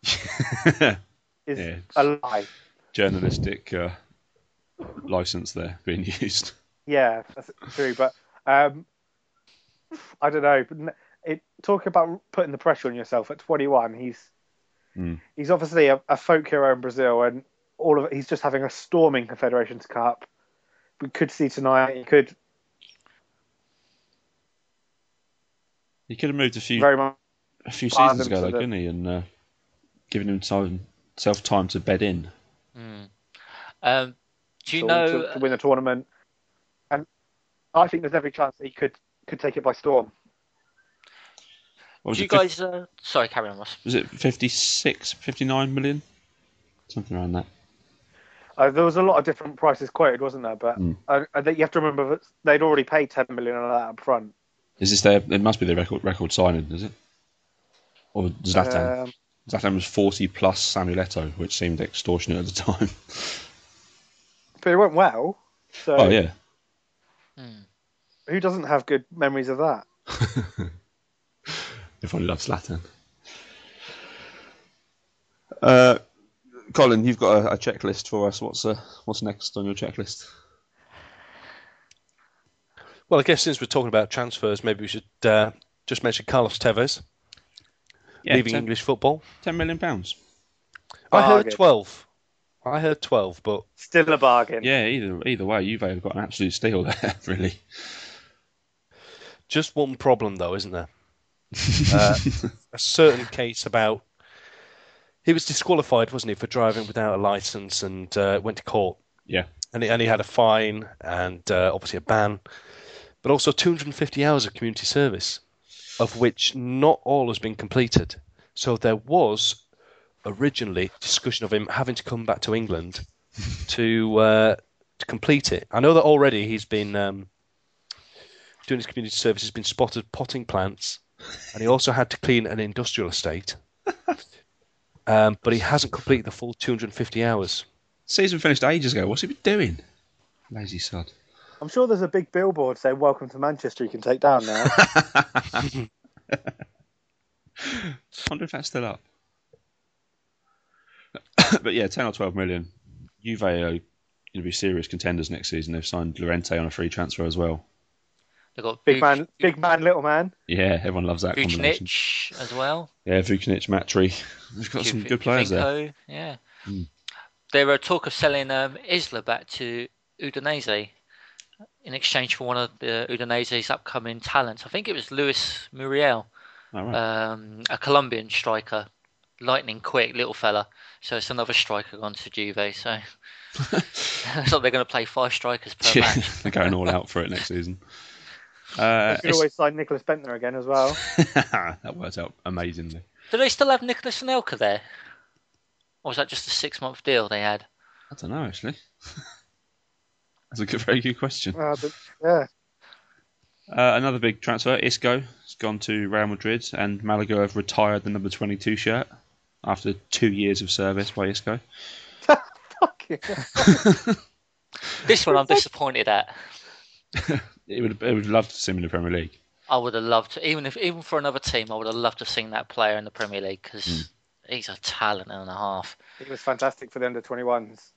Speaker 3: is
Speaker 1: Yeah.
Speaker 3: a lie.
Speaker 1: Journalistic uh, license there being used.
Speaker 3: Yeah, that's true. But um, I don't know. But n- It, talk about putting the pressure on yourself at 21. He's
Speaker 1: Mm.
Speaker 3: he's obviously a, a folk hero in Brazil, and all of it, he's just having a storming Confederations Cup. We could see tonight. He could
Speaker 1: He could have moved a few
Speaker 3: very much.
Speaker 1: a few
Speaker 3: Fire
Speaker 1: seasons
Speaker 3: them
Speaker 1: ago,
Speaker 3: to
Speaker 1: though,
Speaker 3: the-
Speaker 1: couldn't he? And uh, giving himself time to bed in.
Speaker 4: Um, do you
Speaker 3: to,
Speaker 4: know?
Speaker 3: to, to win the tournament. And I think there's every chance that he could could take it by storm.
Speaker 1: What was
Speaker 4: do you
Speaker 1: it, fif-
Speaker 4: guys? Uh, sorry, carry on, Ross.
Speaker 1: Was it 56, 59 million? Something around that.
Speaker 3: Uh, there was a lot of different prices quoted, wasn't there? But
Speaker 1: Mm.
Speaker 3: uh, I think you have to remember that they'd already paid 10 million on that up front.
Speaker 1: Is this their? It must be their record record signing, is it? Or Zlatan?
Speaker 3: Um,
Speaker 1: Zlatan was forty plus Samuel Eto'o, which seemed extortionate at the time.
Speaker 3: but it went well. So
Speaker 1: oh yeah,
Speaker 3: who doesn't have good memories of that?
Speaker 1: if I love Zlatan. Uh, Colin, you've got a, a checklist for us. What's uh, what's next on your checklist?
Speaker 2: Well, I guess since we're talking about transfers, maybe we should uh, just mention Carlos Tevez leaving
Speaker 1: ten,
Speaker 2: English football.
Speaker 1: ten million pounds.
Speaker 2: I heard
Speaker 3: Bargain.
Speaker 2: 12. I heard 12, but
Speaker 3: Still a bargain.
Speaker 1: Yeah, either either way, Juve have got an absolute steal there. Really,
Speaker 2: just one problem, though, isn't there? uh, a certain case about. He was disqualified, wasn't he, for driving without a license and uh, went to court.
Speaker 1: yeah,
Speaker 2: And he, and he had a fine and uh, obviously a ban, but also 250 hours of community service, of which not all has been completed. So there was originally discussion of him having to come back to England to uh, to complete it. I know that already he's been um, doing his community service. He's been spotted potting plants, and he also had to clean an industrial estate. Um, but he hasn't completed the full 250 hours.
Speaker 1: season finished ages ago. What's he been doing? Lazy sod.
Speaker 3: I'm sure there's a big billboard saying "Welcome to Manchester." You can take down now.
Speaker 1: wonder if that's still up. but yeah, ten or twelve million. Juve are going to be serious contenders next season. They've signed Lorente on a free transfer as well.
Speaker 4: They've got
Speaker 3: Big
Speaker 4: Vuc-
Speaker 3: man, big man, little man.
Speaker 1: Yeah, everyone loves that combination.
Speaker 4: Vucinic as well.
Speaker 1: Yeah, Vucinic, Matri. They've got some
Speaker 4: Juv-
Speaker 1: good players there. Hmm.
Speaker 4: Juvenco, Yeah. There were talk of selling um, Isla back to Udinese in exchange for one of the Udinese's upcoming talents. I think it was Luis Muriel,
Speaker 1: All right.
Speaker 4: um, a Colombian striker, lightning quick little fella. So it's another striker gone to Juve. So it's like they're going to play five strikers per
Speaker 1: Yeah,
Speaker 4: match.
Speaker 1: they're going all out for it next season. Uh,
Speaker 3: You could always sign Nicholas Bentner again as well.
Speaker 1: it's- that worked out amazingly.
Speaker 4: Do they still have Nicholas Anelka there? Or was that just a six month deal they had?
Speaker 1: I don't know actually. That's a good, very good question. Uh,
Speaker 3: Uh, but, yeah,
Speaker 1: another big transfer, Isco, has gone to Real Madrid, and Malaga have retired the number twenty-two shirt after two years of service by Isco.
Speaker 3: fucking
Speaker 4: This one I'm disappointed at.
Speaker 1: It would, it would love to see him in the Premier League.
Speaker 4: I would have loved to, even if even for another team, I would have loved to have seen that player in the Premier League because he's a talent and a half.
Speaker 3: He was fantastic for the under 21s.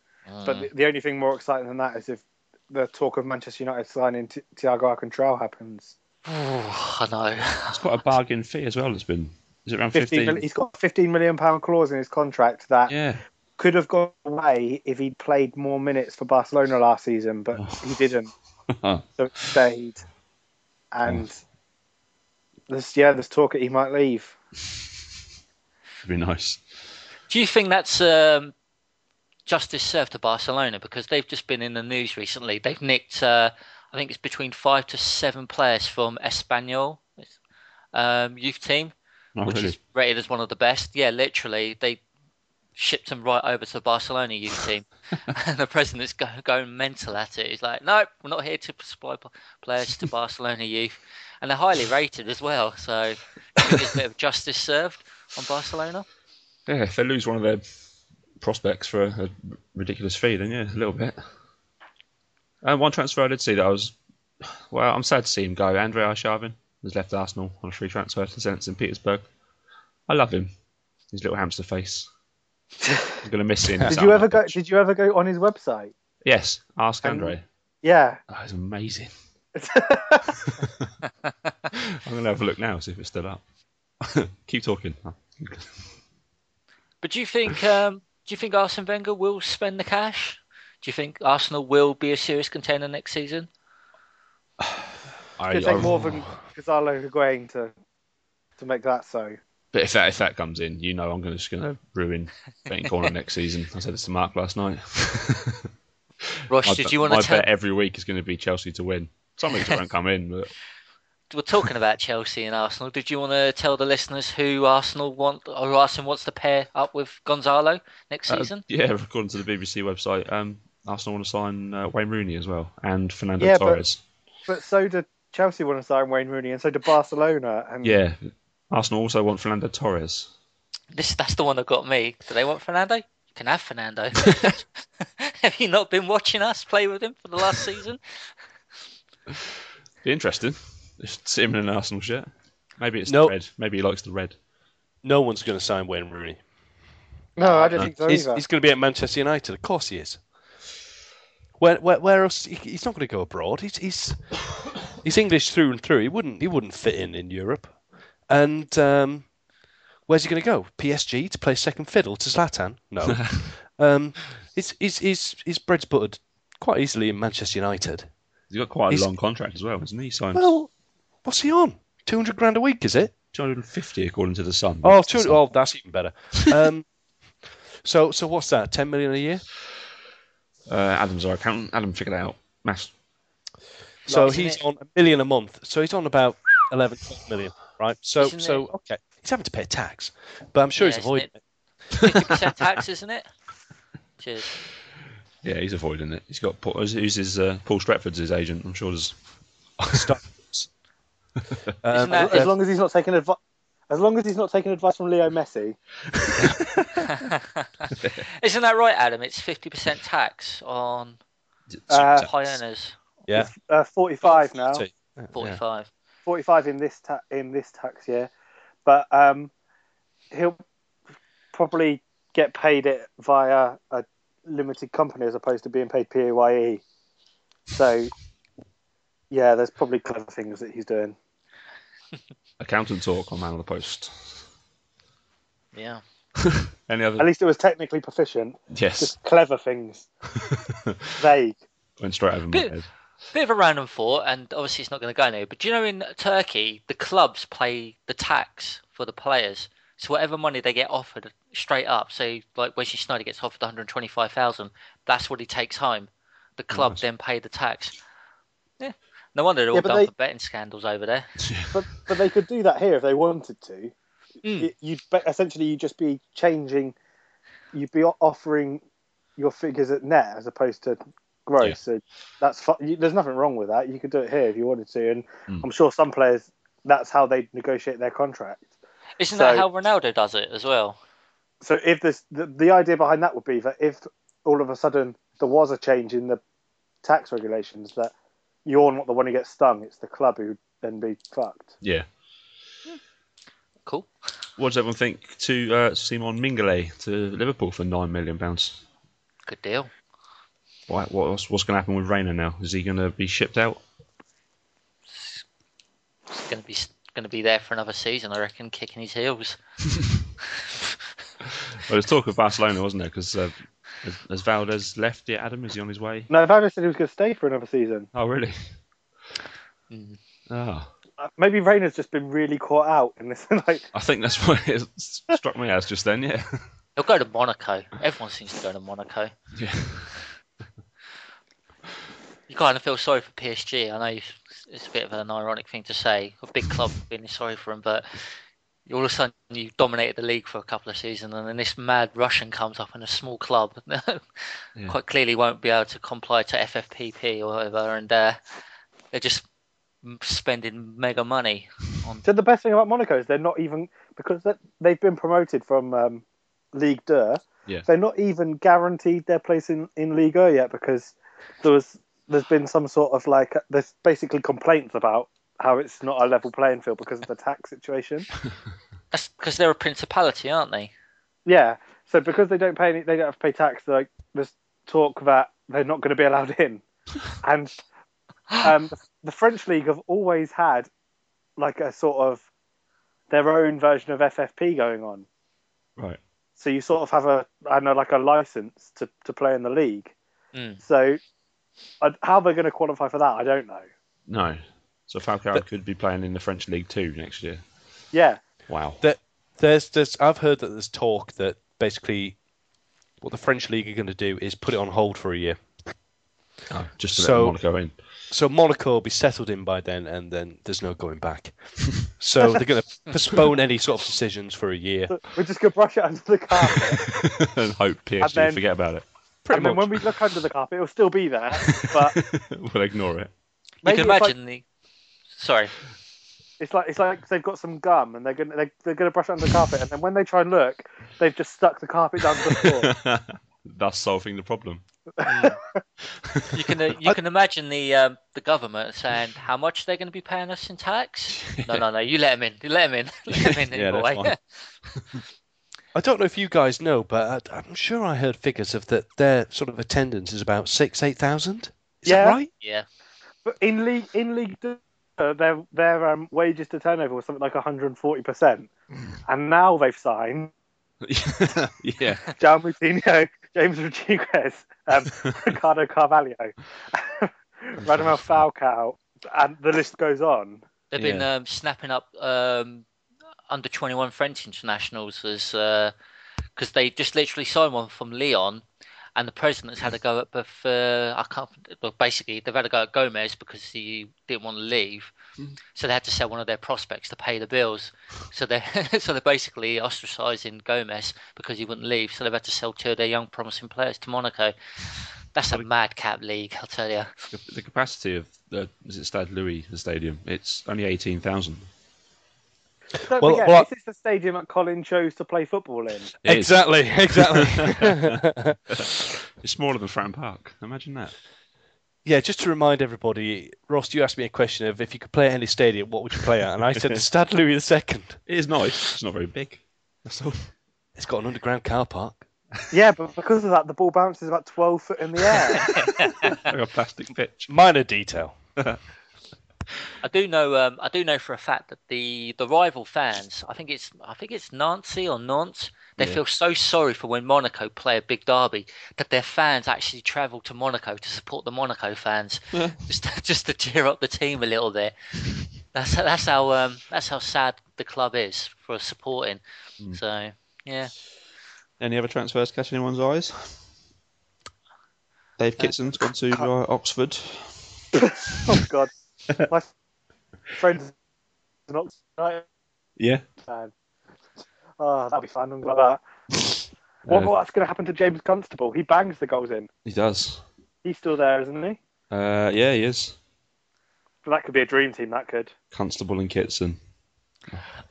Speaker 3: But the, the only thing more exciting than that is if the talk of Manchester United signing Ti- Thiago Alcantara happens.
Speaker 4: Ooh, I know.
Speaker 1: It's quite a bargain fee as well. It's been is it around
Speaker 3: 15
Speaker 1: fifteen?
Speaker 3: mil- he's got a 15 million pound clause in his contract that
Speaker 1: Yeah,
Speaker 3: could have gone away if he'd played more minutes for Barcelona last season,
Speaker 1: Oh.
Speaker 3: but he didn't. So it stayed. And
Speaker 1: Mm.
Speaker 3: this yeah, there's talk that he might leave.
Speaker 1: it'd be nice.
Speaker 4: Do you think that's um, justice served to Barcelona because they've just been in the news recently? They've nicked, uh, I think it's between five to seven players from Espanyol um, youth team.
Speaker 1: Not
Speaker 4: which
Speaker 1: really.
Speaker 4: is rated as one of the best. Yeah, literally, they shipped him right over to the Barcelona youth team, and the president's go, going mental at it. He's like, "Nope, we're not here to supply p- players to Barcelona youth," and they're highly rated as well. So, I think there's a bit of justice served on Barcelona.
Speaker 1: Yeah, if they lose one of their prospects for a, a ridiculous fee, then yeah, a little bit. And one transfer I did see that I was, well, I'm sad to see him go. Andrei Arshavin has left Arsenal on a free transfer to Zenit St. Petersburg. I love him. His little hamster face. I'm gonna miss him.
Speaker 3: Did you ever go Um, did you ever go on his website?
Speaker 1: Yes, ask Andrei.
Speaker 3: Yeah.
Speaker 1: Oh, he's amazing. I'm gonna have a look now, see if it's still up. Keep talking.
Speaker 4: But do you think? Um, do you think Arsene Wenger will spend the cash? Do you think Arsenal will be a serious contender next season?
Speaker 1: I,
Speaker 3: Could take more than Gonzalo Higuain to to make that so.
Speaker 1: But if that if that comes in, you know I'm gonna, just going to ruin betting corner next season. I said this to Mark last night.
Speaker 4: Ross,
Speaker 1: My
Speaker 4: did
Speaker 1: bet-
Speaker 4: you want
Speaker 1: my
Speaker 4: to tell?
Speaker 1: bet every week is going to be Chelsea to win. Some weeks it won't come in, but
Speaker 4: we're talking about Chelsea and Arsenal. Did you want to tell the listeners who Arsenal want or Arsenal wants to pair up with Gonzalo next
Speaker 1: uh,
Speaker 4: season?
Speaker 1: yeah, according to the BBC website, um, Arsenal want to sign uh, Wayne Rooney as well and Fernando
Speaker 3: Yeah, but-
Speaker 1: Torres.
Speaker 3: But so did Chelsea want to sign Wayne Rooney and so did Barcelona and
Speaker 1: Yeah, Arsenal also want Fernando Torres.
Speaker 4: This that's the one that got me. Do they want Fernando? You can have Fernando. have you not been watching us play with him for the last season?
Speaker 1: Be interesting. Just see him in an Arsenal shirt. Maybe it's
Speaker 2: Nope.
Speaker 1: the red. Maybe he likes the red.
Speaker 2: No one's going to sign Wayne Rooney.
Speaker 3: No, I don't think so
Speaker 2: Uh-huh. He's,
Speaker 3: either.
Speaker 2: he's going to be at Manchester United. Of course he is. Where, where, where else? He, he's not going to go abroad. He's, he's he's English through and through. He wouldn't he wouldn't fit in in Europe. And um, where's he going to go? PSG to play second fiddle to Zlatan? No. um, he's, he's, he's, he's bread's buttered quite easily in Manchester United.
Speaker 1: He's got quite a
Speaker 2: He's-
Speaker 1: long contract as well, isn't he? He signed
Speaker 2: Well, what's he on? Two hundred grand a week, is it?
Speaker 1: 250 according to the Sun.
Speaker 2: Oh, 200 oh, that's even better. Um, so so what's that? Ten million a year?
Speaker 1: Uh, Adam's our accountant. Adam figured it out. Maths.
Speaker 2: So
Speaker 4: Right, isn't
Speaker 2: he's
Speaker 4: it-
Speaker 2: on a million a month. So he's on about 11, 12 million, right? So,
Speaker 4: Isn't
Speaker 2: so
Speaker 4: it-
Speaker 2: okay, he's having to pay tax, but I'm sure
Speaker 4: Yeah,
Speaker 2: he's
Speaker 4: isn't
Speaker 2: avoiding it.
Speaker 4: Fifty percent tax, isn't it? Cheers.
Speaker 1: Yeah, he's avoiding it. He's got Paul, who's who's his uh, Paul Stratford's his agent. I'm sure there's
Speaker 2: Stop.
Speaker 4: Isn't
Speaker 2: Um,
Speaker 4: that-
Speaker 2: uh,
Speaker 3: as long as he's not taking advice. As long as he's not taking advice from Leo Messi,
Speaker 4: Isn't that right, Adam? It's fifty percent tax on
Speaker 3: uh,
Speaker 4: high earners.
Speaker 2: yeah,
Speaker 3: uh, forty-five now,
Speaker 2: so-
Speaker 4: Forty-five.
Speaker 3: forty-five in this ta- in this tax year, but um, he'll probably get paid it via a limited company as opposed to being paid PAYE. E. So, yeah, there's probably clever things that he's doing.
Speaker 1: Accountant talk on Man of the Post.
Speaker 4: Yeah.
Speaker 1: Any
Speaker 3: At
Speaker 1: other?
Speaker 3: least it was technically proficient.
Speaker 1: Yes.
Speaker 3: Just clever things. Vague.
Speaker 1: Went straight over my
Speaker 4: Bit-
Speaker 1: head.
Speaker 4: Bit of a random thought, and obviously it's not going to go anywhere. But do you know in Turkey, the clubs play the tax for the players, so whatever money they get offered straight up. So like Wesley Snyder gets offered 125,000, that's what he takes home. The club then pay the tax. Yeah, no wonder they're all
Speaker 3: Yeah, but
Speaker 4: done
Speaker 3: they-
Speaker 4: for betting scandals over there.
Speaker 3: But, but they could do that here if they wanted to.
Speaker 4: Mm.
Speaker 3: It- You'd be- essentially you'd just be changing. You'd be o- offering your figures at net as opposed to gross.
Speaker 1: Yeah.
Speaker 3: So that's fu- you, there's nothing wrong with that. You could do it here if you wanted to, and
Speaker 1: Mm.
Speaker 3: I'm sure some players that's how they negotiate their contract.
Speaker 4: Isn't
Speaker 3: So-
Speaker 4: that how Ronaldo does it as well?
Speaker 3: So if this the, the idea behind that would be that if all of a sudden there was a change in the tax regulations that you're not the one who gets stung, it's the club who would then be fucked.
Speaker 1: Yeah.
Speaker 4: Cool.
Speaker 1: What does everyone think to uh, Simon Mingale to Liverpool for nine million pounds?
Speaker 4: Good deal.
Speaker 1: Why, what, what's what's going to happen with Reina now? Is he going to be shipped out?
Speaker 4: He's going to be going to be there for another season, I reckon, kicking his heels.
Speaker 1: Well, there's talk of Barcelona, wasn't there? Because uh, has, has Valdez left yet? Adam, is he on his way?
Speaker 3: No, Valdez said he was going to stay for another season.
Speaker 1: Oh, really?
Speaker 4: Mm.
Speaker 1: Ah,
Speaker 3: Uh, Maybe Rayner's just been really caught out in this. Like,
Speaker 1: I think that's what it struck me as just then. Yeah.
Speaker 4: He'll go to Monaco. Everyone seems to go to Monaco.
Speaker 1: yeah.
Speaker 4: You kind of feel sorry for PSG. I know you- it's a bit of an ironic thing to say, a big club feeling sorry for him, but all of a sudden you dominated the league for a couple of seasons, and then this mad Russian comes up in a small club, quite clearly won't be able to comply to FFPP or whatever, and uh, they're just spending mega money on.
Speaker 3: so the best thing about Monaco is they're not even because that- they've been promoted from um, League Deux.
Speaker 1: Yeah.
Speaker 3: They're not even guaranteed their place in in Ligue 1 yet because there was there's been some sort of like there's basically complaints about how it's not a level playing field because of the tax situation.
Speaker 4: That's because they're a principality, aren't they?
Speaker 3: Yeah. So because they don't pay any, they don't have to pay tax. Like there's talk that they're not going to be allowed in, and um, the French league have always had like a sort of their own version of FFP going on.
Speaker 1: Right.
Speaker 3: So you sort of have a I don't know like a license to to play in the league.
Speaker 4: Mm.
Speaker 3: So uh, how they're going to qualify for that, I don't know.
Speaker 1: No. So Falcao
Speaker 2: But-
Speaker 1: could be playing in the French League Two next year.
Speaker 3: Yeah.
Speaker 1: Wow.
Speaker 2: There's, there's, I've heard that there's talk that basically what the French league are going to do is put it on hold for a year.
Speaker 1: Oh, just to let
Speaker 2: So-
Speaker 1: Monaco in.
Speaker 2: So Monaco will be settled in by then, and then there's no going back. so they're going to postpone any sort of decisions for a year.
Speaker 3: So we're just going to brush it under the carpet,
Speaker 1: and hope PSG
Speaker 3: And then-
Speaker 1: forget about it.
Speaker 2: Pretty
Speaker 3: and then
Speaker 2: much.
Speaker 3: when we look under the carpet, it'll still be there. But
Speaker 1: we'll ignore it.
Speaker 4: You
Speaker 3: maybe
Speaker 4: can
Speaker 3: if I-
Speaker 4: imagine the. Sorry.
Speaker 3: It's like it's like they've got some gum and they're gonna they're, they're gonna brush it under the carpet and then when they try and look, they've just stuck the carpet down to the floor.
Speaker 1: That's solving the problem.
Speaker 4: You can uh, you can imagine the um, the government saying how much they're going to be paying us in tax. No, no, no. You let them in. You let them in. Let them in
Speaker 1: Yeah, that's
Speaker 4: anyway.
Speaker 1: fine.
Speaker 2: I don't know if you guys know, but I, I'm sure I heard figures of that their sort of attendance is about six, eight thousand. Is
Speaker 3: Yeah.
Speaker 2: that right?
Speaker 4: yeah.
Speaker 3: But in league in league, Two, uh, their their um, wages to turnover was something like 140 percent,
Speaker 2: Mm.
Speaker 3: and now they've signed
Speaker 1: yeah.
Speaker 3: Gian Moutinho, James Rodriguez, um, Ricardo Carvalho, Radamel Falcao, and the list goes on.
Speaker 4: They've been um, snapping up um, under twenty one French internationals as because they just literally signed one from Leon, and the president's had a go at both. Uh, I can't. Well, basically, they've had a go at Gomez because he didn't want to leave, so they had to sell one of their prospects to pay the bills. So they are so they're basically ostracising Gomez because he wouldn't leave. So they've had to sell two of their young promising players to Monaco. That's a madcap league, I'll tell you.
Speaker 1: The, the capacity of the is it Stade Louis the stadium? It's only eighteen thousand.
Speaker 3: Don't
Speaker 2: Well-
Speaker 3: forget,
Speaker 2: well-
Speaker 3: this is the stadium that Colin chose to play football in.
Speaker 1: It is.
Speaker 2: exactly, exactly.
Speaker 1: It's smaller than Fran Park. Imagine that.
Speaker 2: yeah, just to remind everybody, Ross, you asked me a question of if you could play at any stadium, what would you play at? And I said the Stade Louis II.
Speaker 1: It is nice. It's not very big. That's all.
Speaker 2: It's got an underground car park.
Speaker 3: Yeah, but because of that, the ball bounces about 12 foot in the air.
Speaker 1: like a plastic pitch.
Speaker 2: Minor detail.
Speaker 4: I do know. Um, I do know for a fact that the the rival fans. I think it's. I think it's Nancy or Nantes. They
Speaker 1: Yeah.
Speaker 4: feel so sorry for when Monaco play a big derby that their fans actually travel to Monaco to support the Monaco fans,
Speaker 1: Yeah.
Speaker 4: just to, just to cheer up the team a little bit. That's that's how um, that's how sad the club is for supporting.
Speaker 1: Mm.
Speaker 4: So yeah,
Speaker 1: Any other transfers catch anyone's eyes? Dave Kitson's gone to uh, Oxford.
Speaker 3: oh, God. My friend's an Oxford United
Speaker 1: Yeah.
Speaker 3: fan. Oh, that'll be fun. I'm glad that. What,
Speaker 1: Uh,
Speaker 3: what's going to happen to James Constable? He bangs the goals in.
Speaker 1: He does.
Speaker 3: He's still there, isn't he?
Speaker 1: Uh, yeah, he is.
Speaker 3: But that could be a dream team, that could.
Speaker 1: Constable and Kitson.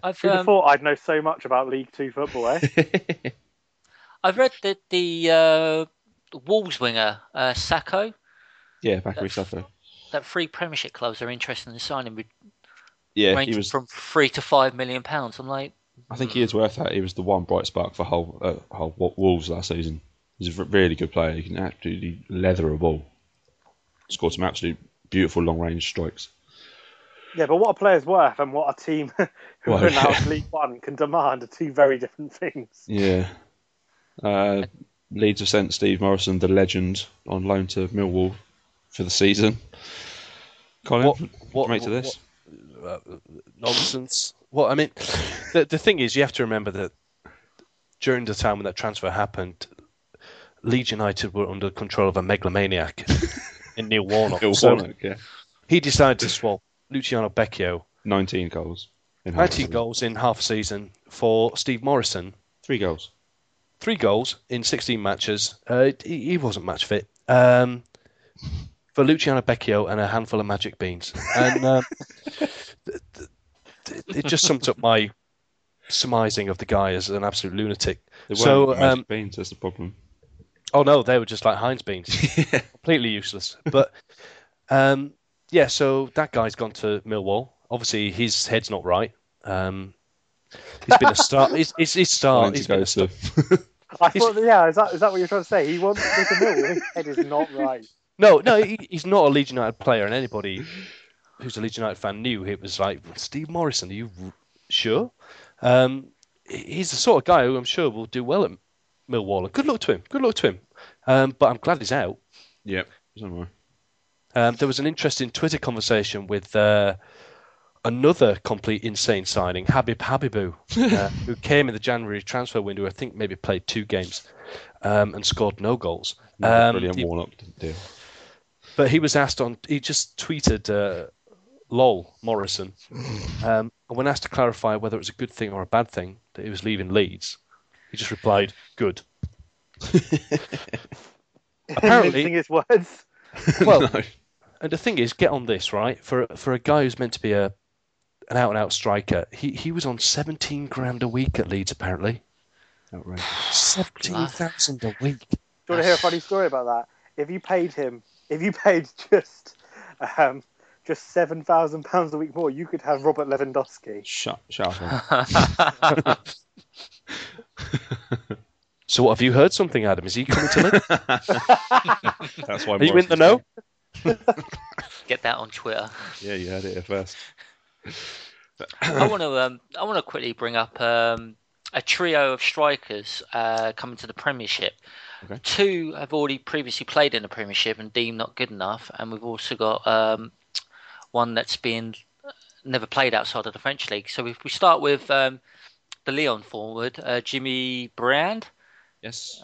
Speaker 4: I've
Speaker 3: Who'd
Speaker 4: um,
Speaker 3: have thought I'd know so much about League Two football, eh?
Speaker 4: I've read that the uh, Wolves winger uh, Sacco
Speaker 1: yeah, Bakary Sacco.
Speaker 4: that three Premiership clubs are interested in signing with
Speaker 1: Yeah, he
Speaker 4: ranging
Speaker 1: was.
Speaker 4: from three to five million pounds. I'm like,
Speaker 1: I think he is worth that. He was the one bright spark for Hull, uh, Hull Wa- Wolves last season. He's a r- really good player. He can absolutely leather a ball. Scored some absolute beautiful long range strikes.
Speaker 3: yeah, but what a player's worth and what a team who
Speaker 1: Well,
Speaker 3: are now
Speaker 1: yeah.
Speaker 3: in League One can demand are two very different things.
Speaker 1: Yeah. Uh, Leeds have sent Steve Morrison, the legend, on loan to Millwall for the season. Colin,
Speaker 2: What-
Speaker 1: what,
Speaker 2: what-
Speaker 1: make to
Speaker 2: what-
Speaker 1: this?
Speaker 2: nonsense. Well, I mean, the the thing is, you have to remember that during the time when that transfer happened, Leeds United were under control of a megalomaniac in Neil Warnock.
Speaker 1: Bill
Speaker 2: so
Speaker 1: Warnock, yeah.
Speaker 2: he decided to swap Luciano Becchio,
Speaker 1: 19 goals. In half
Speaker 2: 19
Speaker 1: a
Speaker 2: goals in half a season for Steve Morrison,
Speaker 1: season. Three goals.
Speaker 2: three goals in 16 matches. Uh, he, he wasn't match fit. Um, for Luciano Becchio and a handful of magic beans. And um, th- th- th- it just sums up my surmising of the guy as an absolute lunatic.
Speaker 1: They weren't
Speaker 2: So,
Speaker 1: magic
Speaker 2: um,
Speaker 1: beans, that's the problem.
Speaker 2: Oh, no, they were just like Heinz beans. Completely useless. But um, yeah, so that guy's gone to Millwall. Obviously, his head's not right. Um, he's been a star. His, his, his star.
Speaker 1: Time
Speaker 2: He's
Speaker 1: to
Speaker 2: oh, been
Speaker 1: go
Speaker 2: a star.
Speaker 1: to.
Speaker 3: I
Speaker 2: He's-
Speaker 3: thought, yeah, is that, is that what you're trying to say? He wants to make a mill. His head is not right.
Speaker 2: No, no, he, he's not a Leeds United player, and anybody who's a Leeds United fan knew it was like Steve Morrison. Are you r- sure? Um, he- he's the sort of guy who I'm sure will do well at Millwall. And good luck to him. Good luck to him. Um, but I'm glad he's out.
Speaker 1: Yep. Somewhere.
Speaker 2: Um, there was an interesting Twitter conversation with uh, another complete insane signing, Habib Habibu, uh, who came in the January transfer window. I think maybe played two games um, and scored no goals. Um,
Speaker 1: Brilliant
Speaker 2: he-
Speaker 1: Warnock didn't do.
Speaker 2: but he was asked on. He just tweeted, uh, "Lol, Morrison." Um, and when asked to clarify whether it was a good thing or a bad thing that he was leaving Leeds, he just replied, "Good."
Speaker 3: Mincing
Speaker 2: Apparently,
Speaker 3: his words.
Speaker 2: well,
Speaker 1: No.
Speaker 2: and the thing is, get on this right for for a guy who's meant to be a an out and out striker. He he was on seventeen grand a week at Leeds. Apparently,
Speaker 1: Outrageous.
Speaker 2: seventeen thousand a week.
Speaker 3: Do you want to hear a funny story about that? If you paid him, if you paid just um, just seven thousand pounds a week more, you could have Robert Lewandowski.
Speaker 1: Shut, shut up. man.
Speaker 2: So what have you heard something, Adam? Is he coming to Leeds?
Speaker 1: That's why
Speaker 2: Are you in
Speaker 1: Morrison's
Speaker 2: the know?
Speaker 4: get that on Twitter.
Speaker 1: Yeah, you had it at first.
Speaker 4: I want to. Um, I want to quickly bring up um, a trio of strikers uh, coming to the Premiership.
Speaker 1: Okay.
Speaker 4: Two have already previously played in the Premiership and deemed not good enough, and we've also got um, one that's been uh, never played outside of the French league. So if we start with um, the Leon forward, uh, Jimmy Brand,
Speaker 1: Yes.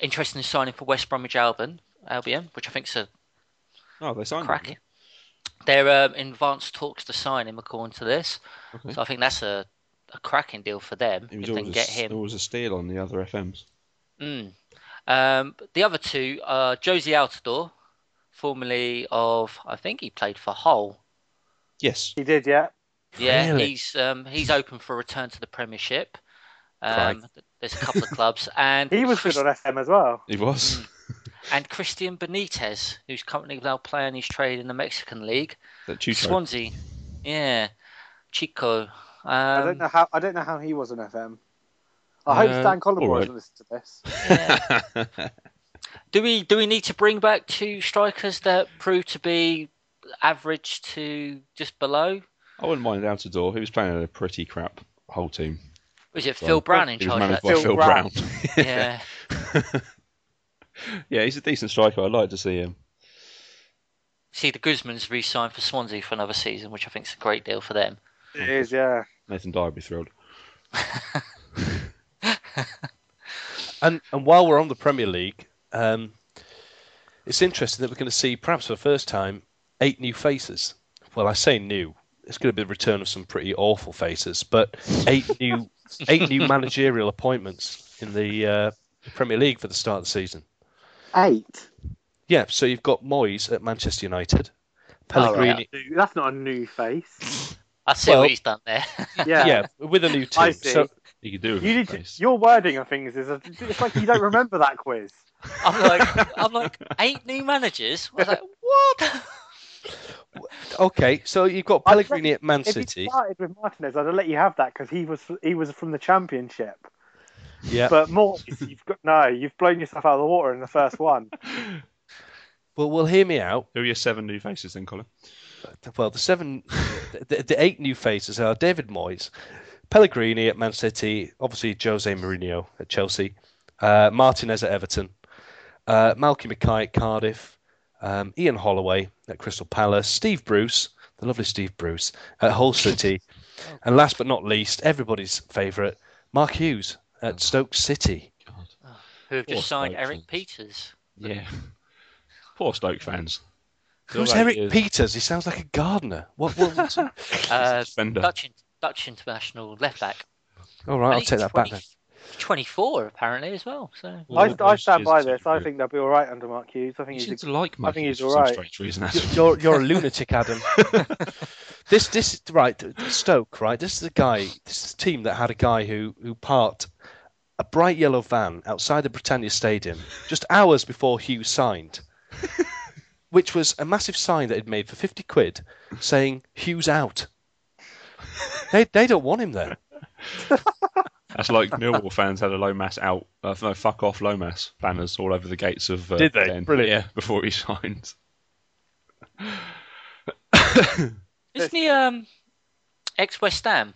Speaker 4: interested in signing for West Bromwich Albion, Albion, which I think's a
Speaker 1: Oh, they signed him.
Speaker 4: cracking. They're um, in advanced talks to sign him, according to this.
Speaker 1: Okay.
Speaker 4: So I think that's a, a cracking deal for them
Speaker 1: He
Speaker 4: if
Speaker 1: was
Speaker 4: they
Speaker 1: always
Speaker 4: can
Speaker 1: a,
Speaker 4: get
Speaker 1: s-
Speaker 4: him.
Speaker 1: always a steal on the other FMs.
Speaker 4: Mm. Um, but the other two are Josie Altador, formerly of I think he played for Hull.
Speaker 1: Yes.
Speaker 3: He did, yeah.
Speaker 4: Yeah,
Speaker 2: Really?
Speaker 4: he's um, he's open for a return to the Premiership. Um,
Speaker 2: Crikey.
Speaker 4: there's a couple of clubs, and
Speaker 3: He was good on FM as well.
Speaker 1: He
Speaker 4: Hmm.
Speaker 1: was.
Speaker 4: and Christian Benitez, who's currently now playing his trade in the Mexican League,
Speaker 1: that Chucho.
Speaker 4: Swansea. Yeah, Chico. Um,
Speaker 3: I don't know how I don't know how he was on FM. I I hope
Speaker 1: Uh,
Speaker 3: Stan Collins
Speaker 1: all right.
Speaker 3: doesn't listen to this.
Speaker 4: Yeah. do we do we need to bring back two strikers that prove to be average to just below?
Speaker 1: I wouldn't mind Altidore. He was playing a pretty crap whole team.
Speaker 4: Was it Phil Brown in
Speaker 1: He was
Speaker 4: charge?
Speaker 1: managed
Speaker 4: of
Speaker 1: by
Speaker 4: that?
Speaker 3: Phil
Speaker 1: Phil Brown.
Speaker 3: Brown.
Speaker 4: yeah,
Speaker 1: yeah, he's a decent striker. I'd like to see him.
Speaker 4: see the Guzmans re-signed for Swansea for another season, which I think is a great deal for them.
Speaker 3: It is, yeah.
Speaker 1: Nathan Dyer would be thrilled.
Speaker 2: And and while we're on the Premier League, um, it's interesting that we're going to see perhaps for the first time eight new faces. Well, I say new. It's going to be the return of some pretty awful faces, but eight new eight new managerial appointments in the uh, Premier League for the start of the season.
Speaker 3: Eight.
Speaker 2: Yeah, so you've got Moyes at Manchester United,
Speaker 4: All right.
Speaker 2: Pellegrini.
Speaker 3: New- That's not a new face.
Speaker 4: I see
Speaker 2: Well-
Speaker 4: what he's done there.
Speaker 3: Yeah.
Speaker 2: Yeah, with a new team.
Speaker 3: I see.
Speaker 2: So
Speaker 1: He could do with
Speaker 3: You
Speaker 1: his
Speaker 3: need to,
Speaker 1: face.
Speaker 3: your wording of things is it's like you don't remember that quiz.
Speaker 4: I'm like, I'm like, eight new managers. I was like, what?
Speaker 2: okay, so you've got
Speaker 3: I think
Speaker 2: Pellegrini at Man
Speaker 3: If you
Speaker 2: City.
Speaker 3: started with Martinez, I'd have let you have that because he was he was from the championship.
Speaker 2: Yeah.
Speaker 3: But Moyes, you've got no, you've blown yourself out of the water in the first one.
Speaker 2: Well, well, hear me out.
Speaker 1: Who are your seven new faces then, Colin?
Speaker 2: well, the seven, the, the eight new faces are David Moyes, Pellegrini at Man City, obviously Jose Mourinho at Chelsea, uh, Martinez at Everton, uh, Malky Mackay at Cardiff, um, Ian Holloway at Crystal Palace, Steve Bruce, the lovely Steve Bruce at Hull City, and last but not least, everybody's favourite, Mark Hughes at Stoke City.
Speaker 4: Who have
Speaker 1: Poor
Speaker 4: just signed
Speaker 1: Stoke
Speaker 4: Eric
Speaker 1: fans.
Speaker 4: Peters?
Speaker 1: Yeah. Poor Stoke fans.
Speaker 2: Who's
Speaker 1: All right,
Speaker 2: Eric
Speaker 1: yeah.
Speaker 2: Peters? He sounds like a gardener. What? what
Speaker 4: Uh,
Speaker 1: defender.
Speaker 4: Dutch, in- Dutch international left back.
Speaker 2: all right,
Speaker 4: And
Speaker 2: I'll
Speaker 4: he's
Speaker 2: take that back
Speaker 4: 20
Speaker 2: then.
Speaker 4: 24 apparently as well. So
Speaker 3: I, I stand
Speaker 1: Moyes
Speaker 3: by
Speaker 1: is-
Speaker 3: this. I think they'll be all right under Mark Hughes. I think
Speaker 1: You
Speaker 3: he's.
Speaker 1: seem
Speaker 3: A,
Speaker 1: to like Mark
Speaker 3: think he's
Speaker 1: for
Speaker 3: all
Speaker 1: some
Speaker 3: right.
Speaker 1: strange reason.
Speaker 2: You're-
Speaker 1: Adam.
Speaker 2: You're you're a lunatic, Adam. this this right Stoke right. This is a guy. This is a team that had a guy who who parked a bright yellow van outside the Britannia Stadium just hours before Hughes signed, which was a massive sign that he'd made for fifty quid, saying Hughes out. They they don't want him there.
Speaker 1: That's like Millwall fans had a low mass out, uh, no, fuck off low mass banners all over the gates of. Uh,
Speaker 2: Did they?
Speaker 1: Den.
Speaker 2: Brilliant.
Speaker 1: Yeah, before he signed.
Speaker 4: isn't he um ex West Ham?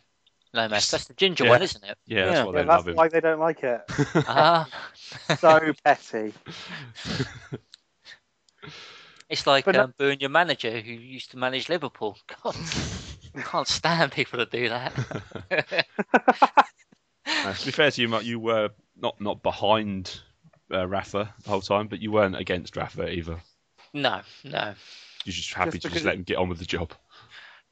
Speaker 4: No, mate, that's the ginger
Speaker 1: Yeah.
Speaker 4: one, isn't it?
Speaker 1: Yeah, that's
Speaker 2: Yeah.
Speaker 1: why
Speaker 3: yeah,
Speaker 1: they love
Speaker 3: that's
Speaker 1: him.
Speaker 3: why they don't like it.
Speaker 4: Ah,
Speaker 3: So petty.
Speaker 4: it's like
Speaker 3: But no-
Speaker 4: um, booing your manager who used to manage Liverpool. God, can't stand people that do that.
Speaker 1: Uh, to be fair to you, Mark, you were not not behind uh, Rafa the whole time, but you weren't against Rafa either.
Speaker 4: no, no.
Speaker 1: You're just happy
Speaker 3: Just
Speaker 1: to just
Speaker 3: because-
Speaker 1: let him get on with the job.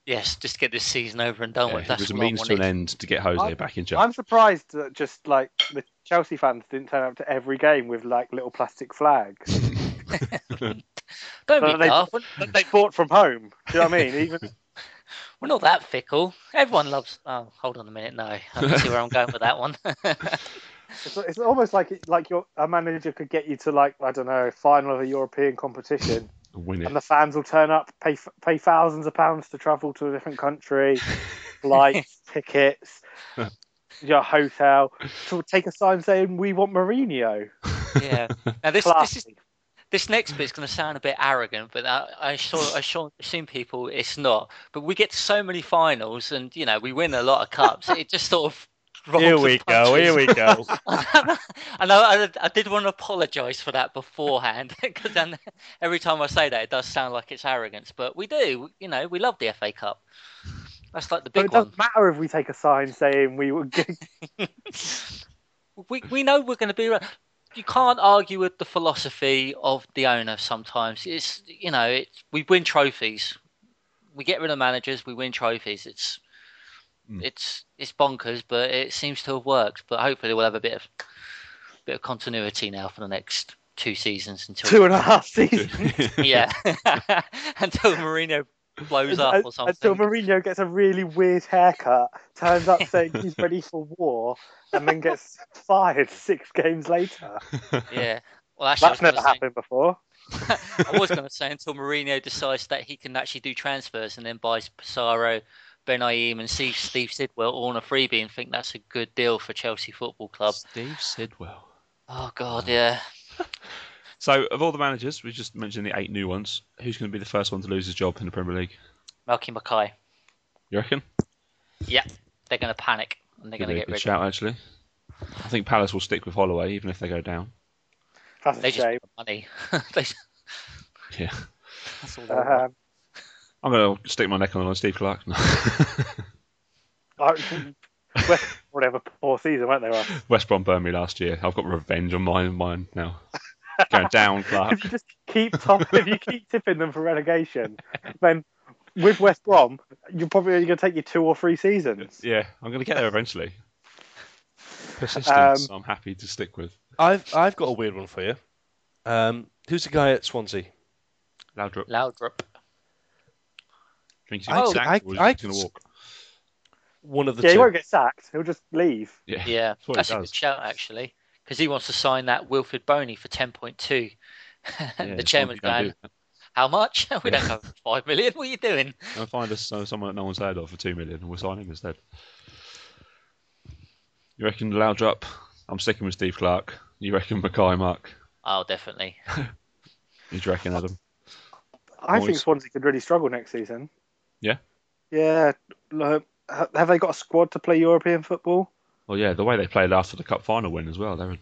Speaker 4: Yes, just get this season over and done
Speaker 1: Yeah,
Speaker 4: with.
Speaker 1: it
Speaker 4: That's
Speaker 1: was a
Speaker 4: what I
Speaker 1: means to an
Speaker 4: wanted.
Speaker 1: end to get Jose
Speaker 3: I'm-
Speaker 1: back in charge.
Speaker 3: I'm surprised that just like the Chelsea fans didn't turn up to every game with like little plastic flags
Speaker 4: Don't
Speaker 3: No,
Speaker 4: be
Speaker 3: they-
Speaker 4: daft. We're,
Speaker 3: that they bought from home. Do you know what I mean? Even
Speaker 4: we're not that fickle. Everyone loves. Oh, hold on a minute. No, I can see where I'm going with that one.
Speaker 3: it's, it's almost like it, like your a manager could get you to like I don't know final of a European competition,
Speaker 1: Win it.
Speaker 3: and the fans will turn up, pay f- pay thousands of pounds to travel to a different country, flights, tickets, your hotel, to take a sign saying we want Mourinho.
Speaker 4: yeah. Now this this is
Speaker 3: Classy.
Speaker 4: This next bit's going to sound a bit arrogant, but I, I saw I saw seen people. It's not, but we get to so many finals, and you know we win a lot of cups. It just sort of. rolls
Speaker 2: Here
Speaker 4: the
Speaker 2: we go. Here
Speaker 4: punches.
Speaker 2: we go.
Speaker 4: and I, I, I did want to apologise for that beforehand, because then every time I say that, it does sound like it's arrogance. But we do, you know, we love the FA Cup. That's like the
Speaker 3: So
Speaker 4: big
Speaker 3: it
Speaker 4: one.
Speaker 3: doesn't matter if we take a sign saying we were good.
Speaker 4: we we know we're going to be right. You can't argue with the philosophy of the owner. Sometimes it's you know it, we win trophies, we get rid of managers, we win trophies. It's
Speaker 3: Hmm.
Speaker 1: Mm.
Speaker 4: it's it's bonkers, but it seems to have worked. But hopefully we'll have a bit of bit of continuity now for the next two seasons until
Speaker 3: two and a half seasons.
Speaker 4: yeah until Mourinho blows
Speaker 3: Un-
Speaker 4: up
Speaker 3: un-
Speaker 4: or something.
Speaker 3: Until Mourinho gets a really weird haircut, turns up saying he's ready for war, and then gets fired six games later.
Speaker 4: yeah. Well, actually, I was
Speaker 3: That's
Speaker 4: gonna
Speaker 3: never
Speaker 4: say-
Speaker 3: happened before.
Speaker 4: I was going to say until Mourinho decides that he can actually do transfers and then buys Pissarro, Ben Ayeem and see Steve Sidwell all on a freebie and think that's a good deal for Chelsea Football Club.
Speaker 1: Steve Sidwell.
Speaker 4: Oh God, yeah.
Speaker 1: So, of all the managers, we just mentioned the eight new ones. Who's going to be the first one to lose his job in the Premier League?
Speaker 4: Malky Mackay.
Speaker 1: You reckon?
Speaker 4: Yeah, they're going to panic and they're
Speaker 1: Could
Speaker 4: going
Speaker 1: be a
Speaker 4: to get
Speaker 1: good
Speaker 4: rid of.
Speaker 1: shout, actually. I think Palace will stick with Holloway, even if they go down.
Speaker 3: That's
Speaker 4: They
Speaker 3: a
Speaker 4: just
Speaker 3: shame.
Speaker 4: want money. They just-
Speaker 1: Yeah.
Speaker 4: that's all they want.
Speaker 3: Um,
Speaker 1: I'm going to stick my neck on the line, Steve Clark. No.
Speaker 3: I- West- whatever poor season, weren't they? Russ?
Speaker 1: West Brom burned me last year. I've got revenge on my mind now. Going down, Clark.
Speaker 3: If you just keep top, if you keep tipping them for relegation, then with West Brom, you're probably only going to take you two or three seasons.
Speaker 1: Yeah, I'm going to get there eventually.
Speaker 4: Um,
Speaker 1: Persistence, I'm happy to stick with.
Speaker 2: I've I've got a weird one for you. Um, who's the guy at Swansea?
Speaker 1: Loudrup
Speaker 4: Laudrup.
Speaker 1: thinks he's
Speaker 2: I-
Speaker 1: going to
Speaker 2: I-
Speaker 1: walk.
Speaker 2: I-
Speaker 1: That's
Speaker 2: One of the
Speaker 3: Yeah, he
Speaker 2: two.
Speaker 3: won't get sacked. He'll just leave.
Speaker 4: Yeah,
Speaker 1: what he
Speaker 4: that's a
Speaker 1: does.
Speaker 4: good shout actually, because he wants to sign that Wilfred Boney for ten point two.
Speaker 1: Yeah,
Speaker 4: the
Speaker 1: it's
Speaker 4: chairman's
Speaker 1: something you
Speaker 4: going, "How much? we
Speaker 1: Yeah.
Speaker 4: don't have five million. What are you doing?"
Speaker 1: do. Now find us uh, someone that no one's heard of for two million, and we'll sign him instead. You reckon Loudrup? I'm sticking with Steve Clark. You reckon Mackay Mark?
Speaker 4: Oh, definitely.
Speaker 1: You reckon Adam?
Speaker 3: I
Speaker 1: Boys.
Speaker 3: think Swansea could really struggle next season.
Speaker 1: Yeah?
Speaker 3: Yeah. Look, ha- have they got a squad to play European football?
Speaker 1: Well, yeah, the way they played after the cup final win as well, they were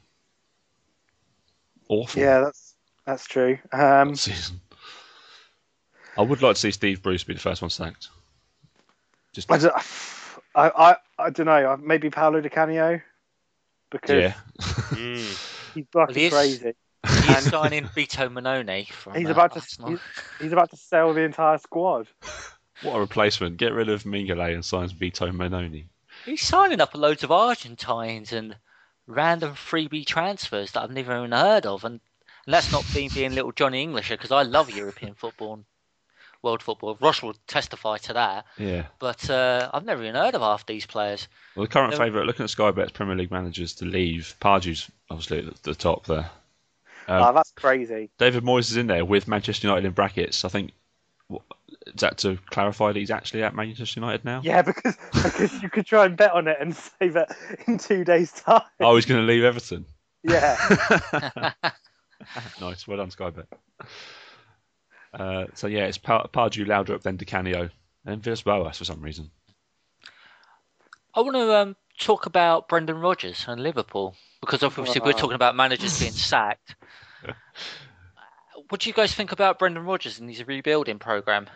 Speaker 1: awful.
Speaker 3: Yeah, that's that's true. Um,
Speaker 1: season. I would like to see Steve Bruce be the first one sacked. Just
Speaker 3: I, don't, I, I, I don't know. Maybe Paolo Di Canio because
Speaker 1: yeah,
Speaker 2: Mm.
Speaker 3: he's fucking
Speaker 4: he is-
Speaker 3: crazy.
Speaker 4: He's signing Vito Manone from.
Speaker 3: He's
Speaker 4: uh,
Speaker 3: about to
Speaker 4: Arsenal.
Speaker 3: he's, he's about to sell the entire squad.
Speaker 1: what a replacement! Get rid of Mingale and sign Vito Manoni.
Speaker 4: He's signing up loads of Argentines and random freebie transfers that I've never even heard of, and, and that's not me being little Johnny Englisher because I love European football and world football. Ross will testify to that,
Speaker 1: Yeah.
Speaker 4: but uh, I've never even heard of half these players.
Speaker 1: Well, the current
Speaker 4: Um,
Speaker 1: favourite, looking at Sky Bet's Premier League managers to leave, Pardew's obviously at the top there. Um,
Speaker 3: Ah, that's crazy.
Speaker 1: David Moyes is in there with Manchester United in brackets. I think what, is that to clarify that he's actually at Manchester United now?
Speaker 3: Yeah, because because you could try and bet on it and say that in two days' time.
Speaker 1: Oh, he's going to leave Everton.
Speaker 3: Yeah,
Speaker 1: Nice, well done, Sky Bet. Uh, so yeah, it's Pa- Pardew, Laudrup, then DiCanio, and then Villas Boas for some reason.
Speaker 4: I want to um, talk about Brendan Rodgers and Liverpool because obviously we're talking about managers being sacked. What do you guys think about Brendan Rodgers and his rebuilding program?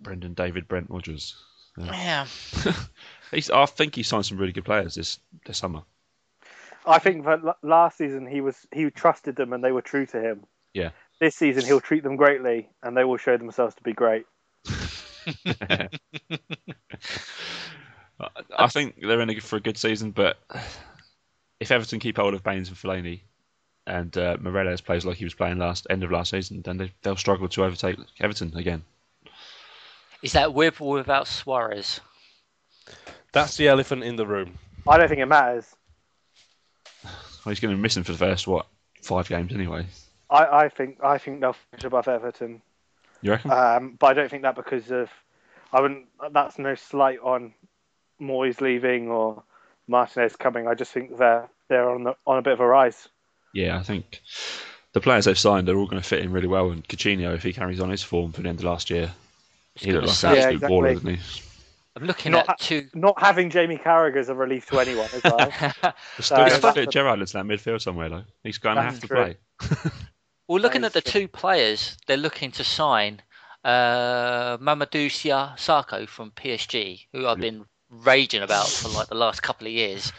Speaker 1: Brendan David Brent Rogers.
Speaker 4: Yeah,
Speaker 1: He's, I think he signed some really good players this, this summer.
Speaker 3: I think that l- last season he was he trusted them and they were true to him.
Speaker 1: Yeah.
Speaker 3: This season he'll treat them greatly and they will show themselves to be great.
Speaker 1: I think they're in a, for a good season, but if Everton keep hold of Baines and Fellaini, and uh, Morelos plays like he was playing last end of last season, then they, they'll struggle to overtake Everton again.
Speaker 4: is that with or without Suarez?
Speaker 2: That's the elephant in the room.
Speaker 3: I don't think it matters.
Speaker 1: Well, he's going to miss him for the first what five games anyway.
Speaker 3: I, I think I think they'll finish above Everton,
Speaker 1: You reckon?
Speaker 4: Uh,
Speaker 3: um, but I don't think that because of I wouldn't. That's no slight on Moyes leaving or Martinez coming. I just think they're they're on the, on a bit of a rise.
Speaker 1: Yeah, I think the players they've signed are all going to fit in really well. And Coutinho, if he carries on his form from the end of last year, he looked like an
Speaker 4: Yeah,
Speaker 1: absolute
Speaker 3: exactly.
Speaker 1: baller, didn't he?
Speaker 4: I'm looking
Speaker 3: Not
Speaker 4: at two.
Speaker 3: Not having Jamie Carragher's a relief to anyone as well.
Speaker 1: We're still going
Speaker 4: uh,
Speaker 1: to
Speaker 3: that's
Speaker 1: fit
Speaker 3: the-
Speaker 1: Gerrard into that midfield somewhere, though. He's going to
Speaker 3: That's
Speaker 1: have to
Speaker 3: true.
Speaker 1: play.
Speaker 4: Well, looking
Speaker 3: That
Speaker 4: at the
Speaker 3: is true.
Speaker 4: two players they're looking to sign, uh, Mamadou Sia- Sakho from PSG, who I've been raging about for like the last couple of years,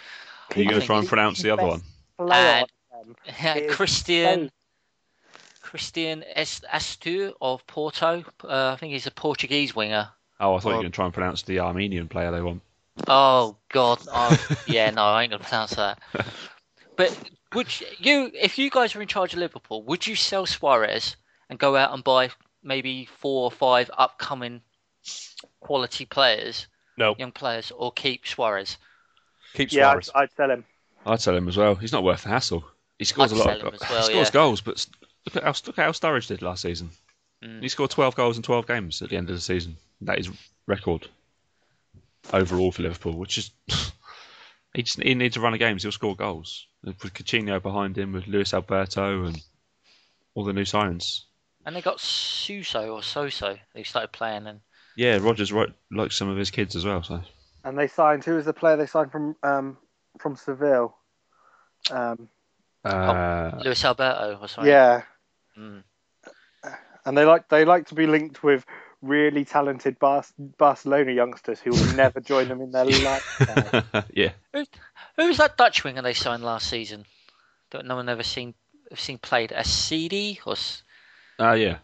Speaker 1: Are you
Speaker 4: I
Speaker 1: going to
Speaker 4: think
Speaker 1: try and
Speaker 4: he's-
Speaker 1: pronounce the other one?
Speaker 3: Player on them. It is
Speaker 4: Christian
Speaker 3: insane.
Speaker 4: Christian Es- Astur of Porto. Uh, I think he's a Portuguese winger.
Speaker 1: Oh, I thought you were going to try and pronounce the Armenian player they want.
Speaker 4: Oh God! Oh, yeah, no, I ain't gonna pronounce that. But would you- you, if you guys were in charge of Liverpool, would you sell Suarez and go out and buy maybe four or five upcoming quality players,
Speaker 2: No,
Speaker 4: young players, or keep Suarez?
Speaker 2: keep
Speaker 3: Yeah,
Speaker 2: Suarez.
Speaker 3: I'd, I'd sell him.
Speaker 1: I'd sell him as well. He's not worth the hassle. He scores
Speaker 4: I'd
Speaker 1: a lot.
Speaker 4: sell him
Speaker 1: Of,
Speaker 4: as well,
Speaker 1: he scores
Speaker 4: yeah.
Speaker 1: goals, but s- look at how look at how Sturridge
Speaker 4: Mm.
Speaker 1: did last season. He scored 12 goals in 12 games at the end of the season. That is record. overall for Liverpool, which is he just he needs to run of games. He'll score goals with Coutinho behind him, with Luis Alberto and all the new signings.
Speaker 4: And they got Suso or Soso. They started playing, and
Speaker 1: Yeah, Rogers right, likes some of his kids as well. So
Speaker 3: And they signed who was the player they signed from um, from Seville? Um,
Speaker 4: Oh.
Speaker 1: uh,
Speaker 4: Luis Alberto or something.
Speaker 3: yeah,
Speaker 4: Mm.
Speaker 3: and they like they like to be linked with really talented Bar- Barcelona youngsters who will never join them in their lifetime.
Speaker 1: yeah,
Speaker 4: Who, who was that Dutch winger they signed last season? That no one ever seen have seen played. A CD or s-
Speaker 1: uh, yeah,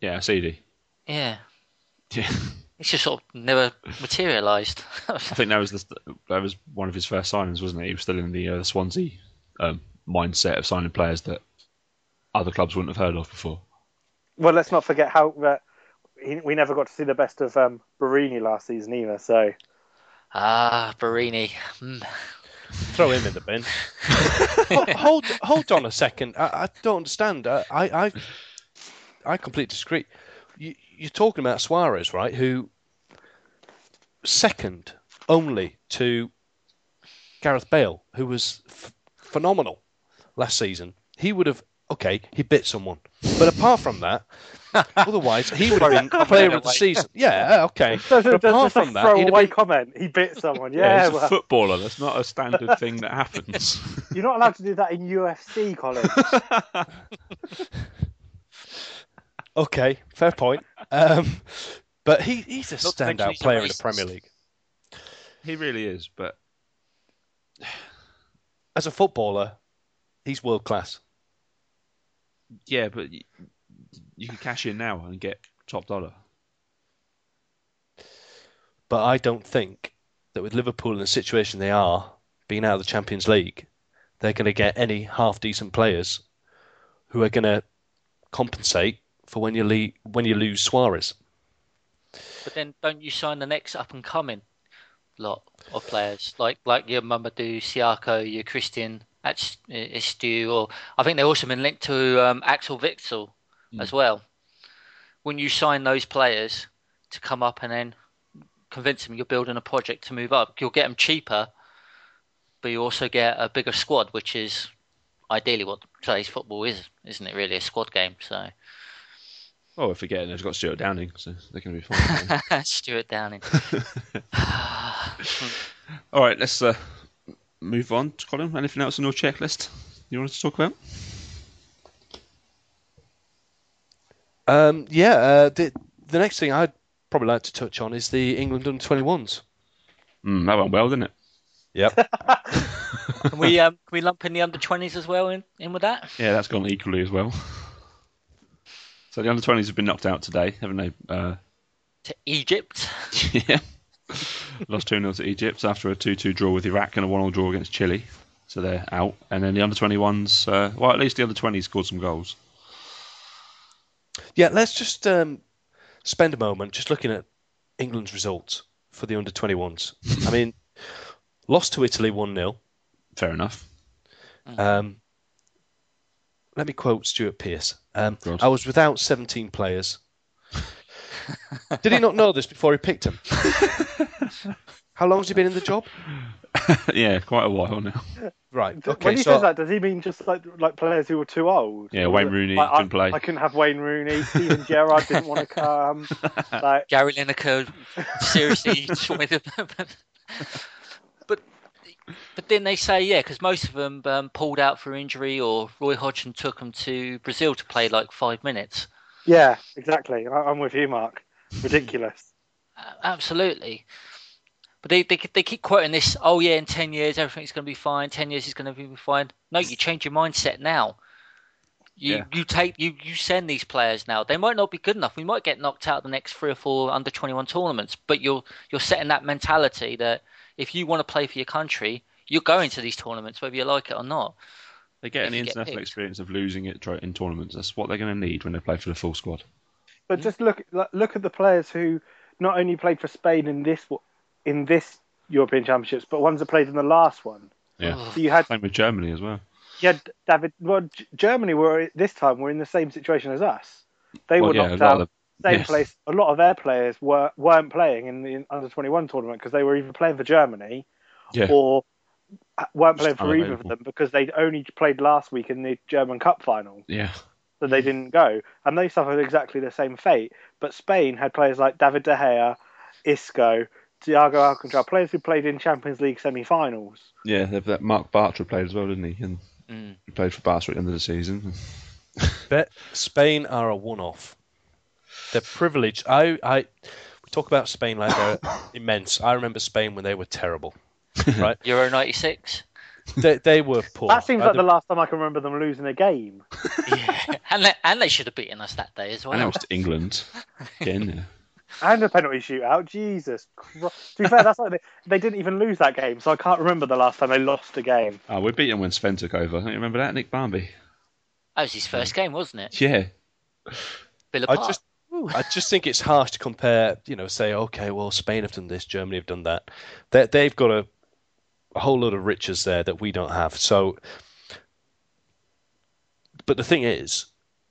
Speaker 1: yeah. CD.
Speaker 4: yeah,
Speaker 1: Yeah,
Speaker 4: it's just sort of never materialised.
Speaker 1: I think that was the, that was one of his first signings, wasn't it? He was still in the uh, Swansea um, mindset of signing players that other clubs wouldn't have heard of before.
Speaker 3: Well, let's not forget how that he, we never got to see the best of um, Barini last season either. So
Speaker 4: ah, Barini. Mm.
Speaker 2: Throw him in the bin. hold, hold, hold on a second. I, I don't understand. I, I, I, I completely disagree. You, you're talking about Suarez, right? Who second only to Gareth Bale, who was f- phenomenal last season. He would have. Okay, he bit someone, but apart from that, otherwise he would have been player of the season. Yeah, okay. But
Speaker 3: does, does,
Speaker 2: apart
Speaker 3: does
Speaker 2: from
Speaker 3: from
Speaker 2: that, he'd have
Speaker 3: throwaway
Speaker 2: been-
Speaker 3: comment? He bit someone.
Speaker 1: Yeah,
Speaker 3: Yeah,
Speaker 1: he's a
Speaker 3: well,
Speaker 1: footballer. That's not a standard thing that happens.
Speaker 3: you're not allowed to do that in UFC, Colin.
Speaker 2: Okay, fair point. Um, but he, he's a
Speaker 4: Not to mention
Speaker 2: standout
Speaker 4: he's a
Speaker 2: player in the
Speaker 4: racist.
Speaker 2: Premier League.
Speaker 1: he really is, but
Speaker 2: As a footballer, he's world class.
Speaker 1: yeah, but you, you can cash in now and get top dollar.
Speaker 2: But I don't think that with Liverpool in the situation they are, being out of the Champions League, they're going to get any half decent players who are going to compensate for when you le- when you lose Suarez.
Speaker 4: But then, don't you sign the next up and coming lot of players like like your Mamadou Siako, your Christian Ats- Istu, or I think they've also been linked to um, Axel Witsel as well. When you sign those players to come up and then convince them you're building a project to move up, you'll get them cheaper, but you also get a bigger squad, which is ideally what today's football is, isn't it? Really, a squad game. So
Speaker 1: Oh, we're forgetting they've got Stuart Downing, so they're going to be fine.
Speaker 4: Stuart Downing.
Speaker 1: All right, let's uh, move on. Colin, anything else on your checklist you wanted to talk about?
Speaker 2: Um, yeah, uh, the, the next thing I'd probably like to touch on is the England under 21s.
Speaker 1: Mm, that went well, didn't it?
Speaker 2: Yep.
Speaker 4: Can we um, can we lump in the under twenties as well in, in with that?
Speaker 1: Yeah, that's gone equally as well. So the under 20s have been knocked out today, haven't they? Uh,
Speaker 4: To Egypt.
Speaker 1: yeah. Lost 2 0 to Egypt after a 2 2 draw with Iraq and a 1 0 draw against Chile. So they're out. And then the under 21s, uh, well, at least the under 20s scored some goals.
Speaker 2: Yeah, let's just um, spend a moment just looking at England's results for the under 21s. I mean, lost to Italy 1 0.
Speaker 1: Fair enough.
Speaker 2: Um, let me quote Stuart Pearce. Um,
Speaker 1: Go on.
Speaker 2: I was without 17 players. Did he not know this before he picked him? How long's he been in the job?
Speaker 1: yeah, quite a while now.
Speaker 2: Right. Okay.
Speaker 3: when he
Speaker 2: so
Speaker 3: says that, does he mean just like like players who were too old?
Speaker 1: Yeah, Wayne Rooney
Speaker 3: Like, I-
Speaker 1: couldn't play.
Speaker 3: I couldn't have Wayne Rooney. Steven Gerrard didn't want to come. Like,
Speaker 4: Gary Lineker seriously just wanted to- But but then they say yeah, because most of them um, pulled out for injury or Roy Hodgson took them to Brazil to play like five minutes.
Speaker 3: yeah, exactly. I, I'm with you, Mark. Ridiculous.
Speaker 4: A- Absolutely. But they, they they keep quoting this. Oh yeah, in ten years everything's going to be fine. Ten years is going to be fine. No, you change your mindset now. You
Speaker 1: Yeah.
Speaker 4: you take you you send these players now. They might not be good enough. We might get knocked out the next three or four under twenty one tournaments. But you're you're setting that mentality that if you want to play for your country, you're going to these tournaments whether you like it or not.
Speaker 1: They're getting
Speaker 4: If
Speaker 1: the
Speaker 4: you get
Speaker 1: international
Speaker 4: picked.
Speaker 1: experience of losing it tro- in tournaments. That's what they're going to need when they play for the full squad. Mm-hmm.
Speaker 3: But just look look at the players who not only played for Spain in this in this European Championships, but ones that played in the last one.
Speaker 4: Oh.
Speaker 1: Yeah.
Speaker 3: So you had
Speaker 1: Same with Germany as well.
Speaker 3: you had David. Well, G- Germany were this time were in the same situation as us. They
Speaker 1: Well,
Speaker 3: were
Speaker 1: yeah, a
Speaker 3: knocked
Speaker 1: lot
Speaker 3: out
Speaker 1: of
Speaker 3: same
Speaker 1: Yes.
Speaker 3: place. A lot of their players were weren't playing in the under twenty one tournament because they were either playing for Germany
Speaker 1: Yeah.
Speaker 3: or uh, weren't playing
Speaker 1: Just
Speaker 3: for either of
Speaker 1: unavailable.
Speaker 3: them because they'd only played last week in the German Cup final,
Speaker 1: Yeah.
Speaker 3: so they didn't go, and they suffered exactly the same fate. But Spain had players like David de Gea, Isco, Thiago Alcantara, players who played in Champions League semi-finals.
Speaker 1: Yeah, that- that Mark Bartra played as well, didn't he? And
Speaker 4: Mm.
Speaker 1: he played for Barca at the end of the season.
Speaker 2: Bet Spain are a one-off. They're privileged. I, I, we talk about Spain like they're immense. I remember Spain when they were terrible. Right?
Speaker 4: Euro '96,
Speaker 2: they, they were poor.
Speaker 3: That seems
Speaker 2: Uh,
Speaker 3: like
Speaker 2: they-
Speaker 3: the last time I can remember them losing a game.
Speaker 4: yeah, and they, and they should have beaten us that day as
Speaker 1: And that
Speaker 4: well.
Speaker 1: was to England. Again,
Speaker 3: And a penalty shootout. Jesus Christ. To be fair, that's like they, they didn't even lose that game, so I can't remember the last time they lost a game.
Speaker 1: oh, we beat him when Sven took over. Don't you remember that, Nick Barmby?
Speaker 4: That was his first game, wasn't it?
Speaker 1: Yeah,
Speaker 4: Bill
Speaker 2: I
Speaker 4: apart.
Speaker 2: just, I just think it's harsh to compare. You know, say, okay, well, Spain have done this, Germany have done that. They, they've got a, a whole lot of riches there that we don't have. So, but the thing is,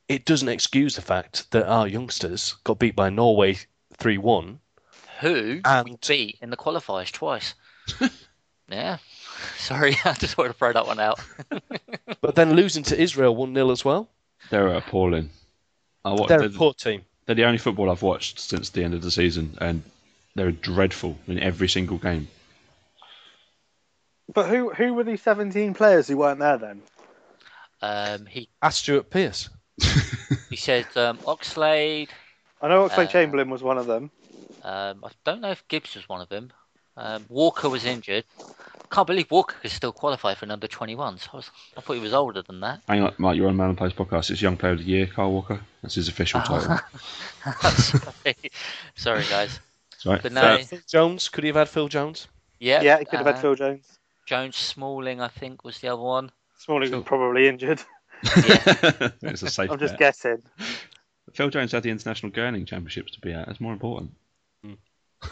Speaker 2: it doesn't excuse the fact that our youngsters got beat by Norway three-one.
Speaker 4: Who we
Speaker 2: And-
Speaker 4: beat in the qualifiers twice? yeah. Sorry, I just wanted to throw that one out.
Speaker 2: But then losing to Israel 1 0 as well.
Speaker 1: they're appalling. I watched,
Speaker 2: They're
Speaker 1: they're,
Speaker 2: a poor team.
Speaker 1: they're the only football I've watched since the end of the season, and they're dreadful in every single game.
Speaker 3: But who who were these 17 players who weren't there then?
Speaker 4: Um, he
Speaker 2: Ask Stuart Pearce.
Speaker 4: he said um, Oxlade.
Speaker 3: I know Oxlade
Speaker 4: Uh,
Speaker 3: Chamberlain was one of them.
Speaker 4: Um, I don't know if Gibbs was one of them. Um, Walker was injured. Can't believe Walker could still qualify for an under 21s. I, was, I thought he was older than that.
Speaker 1: Hang on, Mike, you're on Man and Post podcast. It's Young Player of the Year, Carl Walker. That's his official
Speaker 3: Oh,
Speaker 1: title.
Speaker 4: Sorry. Sorry, guys.
Speaker 1: Sorry.
Speaker 4: But no,
Speaker 2: Phil Jones. Could he have had Phil Jones?
Speaker 4: yeah,
Speaker 3: yeah, he could have
Speaker 4: uh,
Speaker 3: had Phil Jones.
Speaker 4: Jones Smalling, I think, was the other one.
Speaker 3: Smalling
Speaker 1: Phil-
Speaker 3: was probably injured.
Speaker 1: Uh, it's a safe
Speaker 3: I'm just
Speaker 1: bet.
Speaker 3: guessing.
Speaker 1: Phil Jones had the International Gurning Championships to be at. That's more important.
Speaker 3: But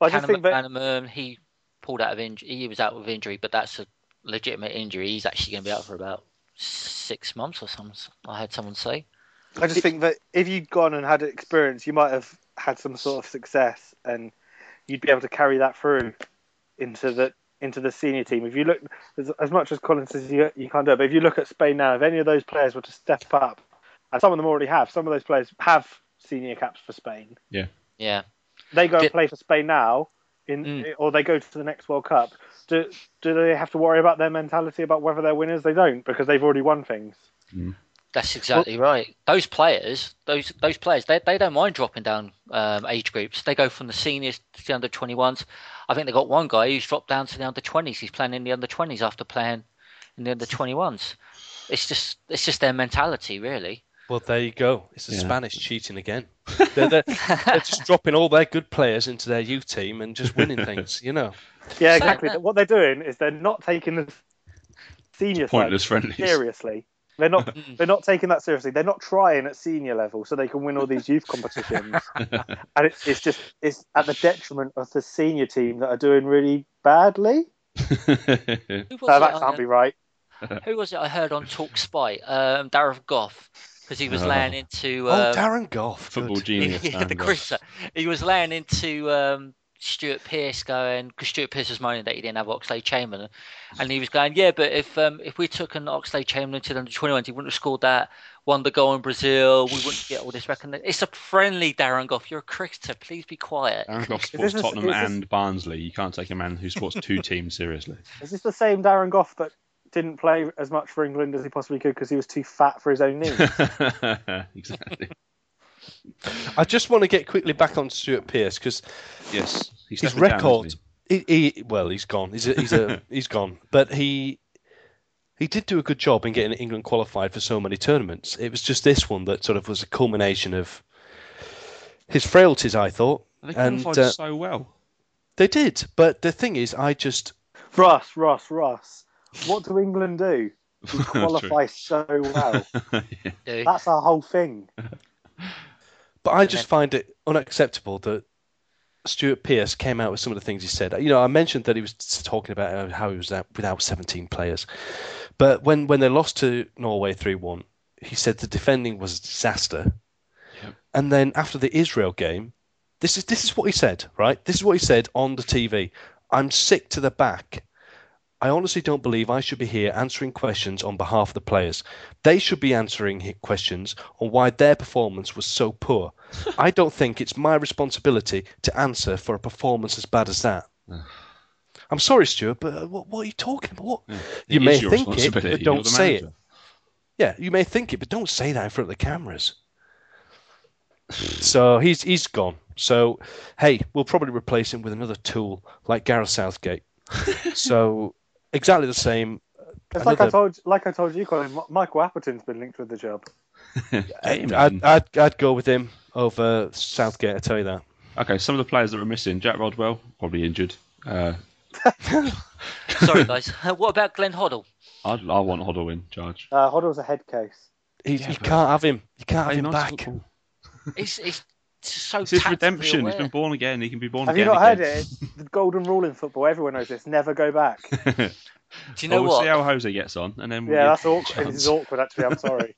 Speaker 3: I just
Speaker 4: Callum
Speaker 3: think that
Speaker 4: McManaman, he pulled out of injury. He was out with injury, but that's a legitimate injury. He's actually going to be out for about six months or something. I heard someone say.
Speaker 3: I just think that if you'd gone and had experience, you might have had some sort of success, and you'd be able to carry that through into the into the senior team. If you look as, as much as Collins says you, you can't do it, but if you look at Spain now, if any of those players were to step up, and some of them already have, some of those players have senior caps for Spain.
Speaker 4: Yeah.
Speaker 3: They go
Speaker 4: Did-
Speaker 3: and play for Spain now, in
Speaker 4: Mm.
Speaker 3: or they go to the next World Cup. Do do they have to worry about their mentality about whether they're winners? They don't because they've already won things.
Speaker 4: That's exactly right. Those players, those those players, they they don't mind dropping down um, age groups. They go from the seniors to the under twenty ones. I think they got one guy who's dropped down to the under twenties. He's playing in the under twenties after playing in the under twenty ones. It's just it's just their mentality, really.
Speaker 2: Well, there you go. It's the
Speaker 1: Yeah.
Speaker 2: Spanish cheating again. They're, they're, they're just dropping all their good players into their youth team and just winning things, you know.
Speaker 3: Yeah, exactly. what they're doing is they're not taking the senior
Speaker 1: Pointless
Speaker 3: side
Speaker 1: friendlies.
Speaker 3: seriously. They're not. They're not taking that seriously. They're not trying at senior level, so they can win all these youth competitions. and it's, it's just it's at the detriment of the senior team that are doing really badly.
Speaker 4: Who was,
Speaker 3: No,
Speaker 4: it,
Speaker 3: that
Speaker 4: I
Speaker 3: can't be
Speaker 4: heard-
Speaker 3: right.
Speaker 4: who was it I heard on Talk Spy? Um, Darren Goff, because he was laying into
Speaker 2: oh,
Speaker 4: um,
Speaker 2: Darren Goff.
Speaker 1: Football
Speaker 2: Good.
Speaker 1: genius.
Speaker 4: yeah, the
Speaker 1: Darren Goff.
Speaker 4: cruiser. He was laying into um, Stuart Pearce going because Stuart Pearce was moaning that he didn't have Oxley Chamberlain, and he was going, yeah, but if um, if we took an Oxley Chamberlain to the under twenty ones, he wouldn't have scored that, won the goal in Brazil, we wouldn't get all this recognition. It's a friendly Darren Goff. You're a cricketer. Please be quiet.
Speaker 1: Darren Goff supports
Speaker 3: This is-
Speaker 1: Tottenham
Speaker 3: this is-
Speaker 1: and Barnsley. You can't take a man who supports two teams seriously.
Speaker 3: Is this the same Darren Goff that didn't play as much for England as he possibly could because he was too fat for his own knee?
Speaker 1: exactly.
Speaker 2: I just want to get quickly back on Stuart Pearce because
Speaker 1: Yes. He's
Speaker 2: his
Speaker 1: definitely down, isn't
Speaker 2: record. He, he, well, he's gone. He's a, he's a, he's gone. But he he did do a good job in getting England qualified for so many tournaments. It was just this one that sort of was a culmination of his frailties. I thought,
Speaker 1: he? They
Speaker 2: and
Speaker 1: qualified
Speaker 2: uh,
Speaker 1: so well.
Speaker 2: they did. But the thing is, I just
Speaker 3: Ross, Ross, Ross. What do England do? We
Speaker 1: That's true.
Speaker 3: qualify so well.
Speaker 1: Yeah.
Speaker 4: Dude.
Speaker 3: That's our whole thing.
Speaker 2: But I just find it unacceptable that Stuart Pearce came out with some of the things he said. You know, I mentioned that he was talking about how he was out without 17 players. But when, when they lost to Norway 3 1, he said the defending was a disaster.
Speaker 1: Yep.
Speaker 2: And then after the Israel game, this is this is what he said, right? This is what he said on the TV. I'm sick to the back. I honestly don't believe I should be here answering questions on behalf of the players. They should be answering hi- questions on why their performance was so poor. I don't think it's my responsibility to answer for a performance as bad as that. I'm sorry, Stuart, but uh, what, what are you talking about? What? You
Speaker 1: It
Speaker 2: may
Speaker 1: is your
Speaker 2: think it,
Speaker 1: responsibility,
Speaker 2: but
Speaker 1: you're
Speaker 2: don't
Speaker 1: the
Speaker 2: say it.
Speaker 1: manager.
Speaker 2: Yeah, you may think it, but don't say that in front of the cameras. So he's he's gone. So hey, we'll probably replace him with another tool like Gareth Southgate. so exactly the same.
Speaker 3: It's like I
Speaker 2: Another-
Speaker 3: told, like I told you, Colin. M- Michael Appleton's been linked with the job.
Speaker 1: Hey,
Speaker 2: I'd,
Speaker 1: man.
Speaker 2: I'd I'd go with him over Southgate. I tell you that.
Speaker 1: okay, some of the players that were missing: Jack Rodwell, probably injured. Uh,
Speaker 4: Sorry, guys. what about Glenn Hoddle?
Speaker 1: I'd, I want Hoddle in charge.
Speaker 3: Uh, Hoddle's a head case.
Speaker 2: He,
Speaker 1: Yeah,
Speaker 2: you
Speaker 1: but-
Speaker 2: can't have him. You can't have
Speaker 1: Play
Speaker 2: him
Speaker 1: nice
Speaker 2: back.
Speaker 1: football.
Speaker 4: He's, he's so
Speaker 1: It's his
Speaker 4: tactically
Speaker 1: redemption. He's
Speaker 4: aware.
Speaker 1: been born again. He can be born
Speaker 3: Have you
Speaker 1: again.
Speaker 3: not heard
Speaker 1: again.
Speaker 3: it? It's the golden rule in football. Everyone knows this. Never go back.
Speaker 4: Do you know
Speaker 1: we'll
Speaker 4: what?
Speaker 1: see how Jose gets on, and then we'll
Speaker 3: Yeah,
Speaker 1: give
Speaker 3: that's
Speaker 1: him a
Speaker 3: awkward. This
Speaker 1: chance.
Speaker 3: is awkward, actually. I'm sorry.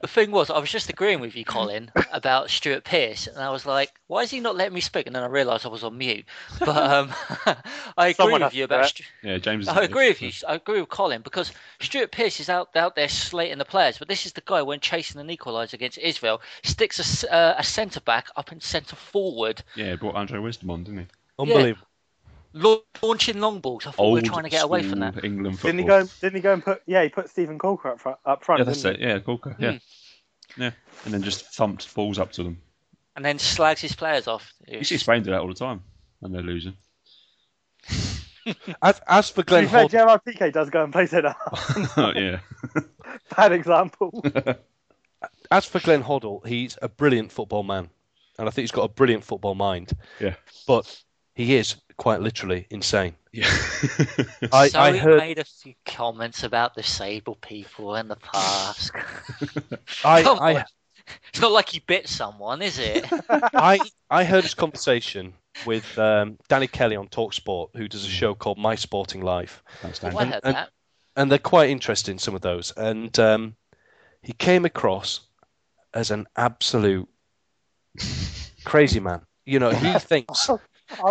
Speaker 4: The thing was, I was just agreeing with you, Colin, about Stuart Pearce, and I was like, "Why is he not letting me speak?" And then I realised I was on mute. But um, I agree
Speaker 3: Someone
Speaker 4: with
Speaker 3: has
Speaker 4: you
Speaker 3: to
Speaker 4: about.
Speaker 3: do it.
Speaker 4: Stu-
Speaker 1: Yeah, James.
Speaker 4: I agree with you. I agree with Colin because Stuart Pearce is out out there slating the players, but this is the guy when chasing an equaliser against Israel sticks a, s- uh, a centre back up in centre forward,
Speaker 1: Yeah, brought Andre Wisdom on, didn't he?
Speaker 2: Unbelievable.
Speaker 4: la- launching long balls. I thought we were trying to get away from that.
Speaker 1: school England football.
Speaker 3: didn't he go? Didn't he go and put? Yeah, he put Stephen Corker up front. Up front
Speaker 1: Yeah, that's
Speaker 3: didn't
Speaker 1: it. Yeah, Gorka. Yeah. Yeah, and then just thumped balls up to them.
Speaker 4: And then slags his players off.
Speaker 1: You see Spain do that all the time, and they're losing.
Speaker 2: As, as for
Speaker 3: he? To
Speaker 2: Glenn
Speaker 3: be fair,
Speaker 2: Hoddle,
Speaker 3: Gerard Piqué does go and play centre. half.
Speaker 1: Oh, yeah,
Speaker 3: Bad example.
Speaker 2: as for Glenn Hoddle, he's a brilliant football man, and I think he's got a brilliant football mind.
Speaker 1: yeah,
Speaker 2: But he is quite literally insane.
Speaker 1: yeah.
Speaker 2: I,
Speaker 4: so
Speaker 2: I
Speaker 4: he
Speaker 2: heard
Speaker 4: made a few comments about disabled people in the past. Come
Speaker 2: I, I,
Speaker 4: on. it's not like he bit someone, is it?
Speaker 2: I, I heard his conversation with um, Danny Kelly on Talksport, who does a show called My Sporting Life,
Speaker 4: Well, I
Speaker 1: Outstanding.
Speaker 4: heard
Speaker 2: and-
Speaker 4: that.
Speaker 2: and they're quite interesting. Some of those, and um, he came across as an absolute crazy man. You know, he thinks
Speaker 3: On-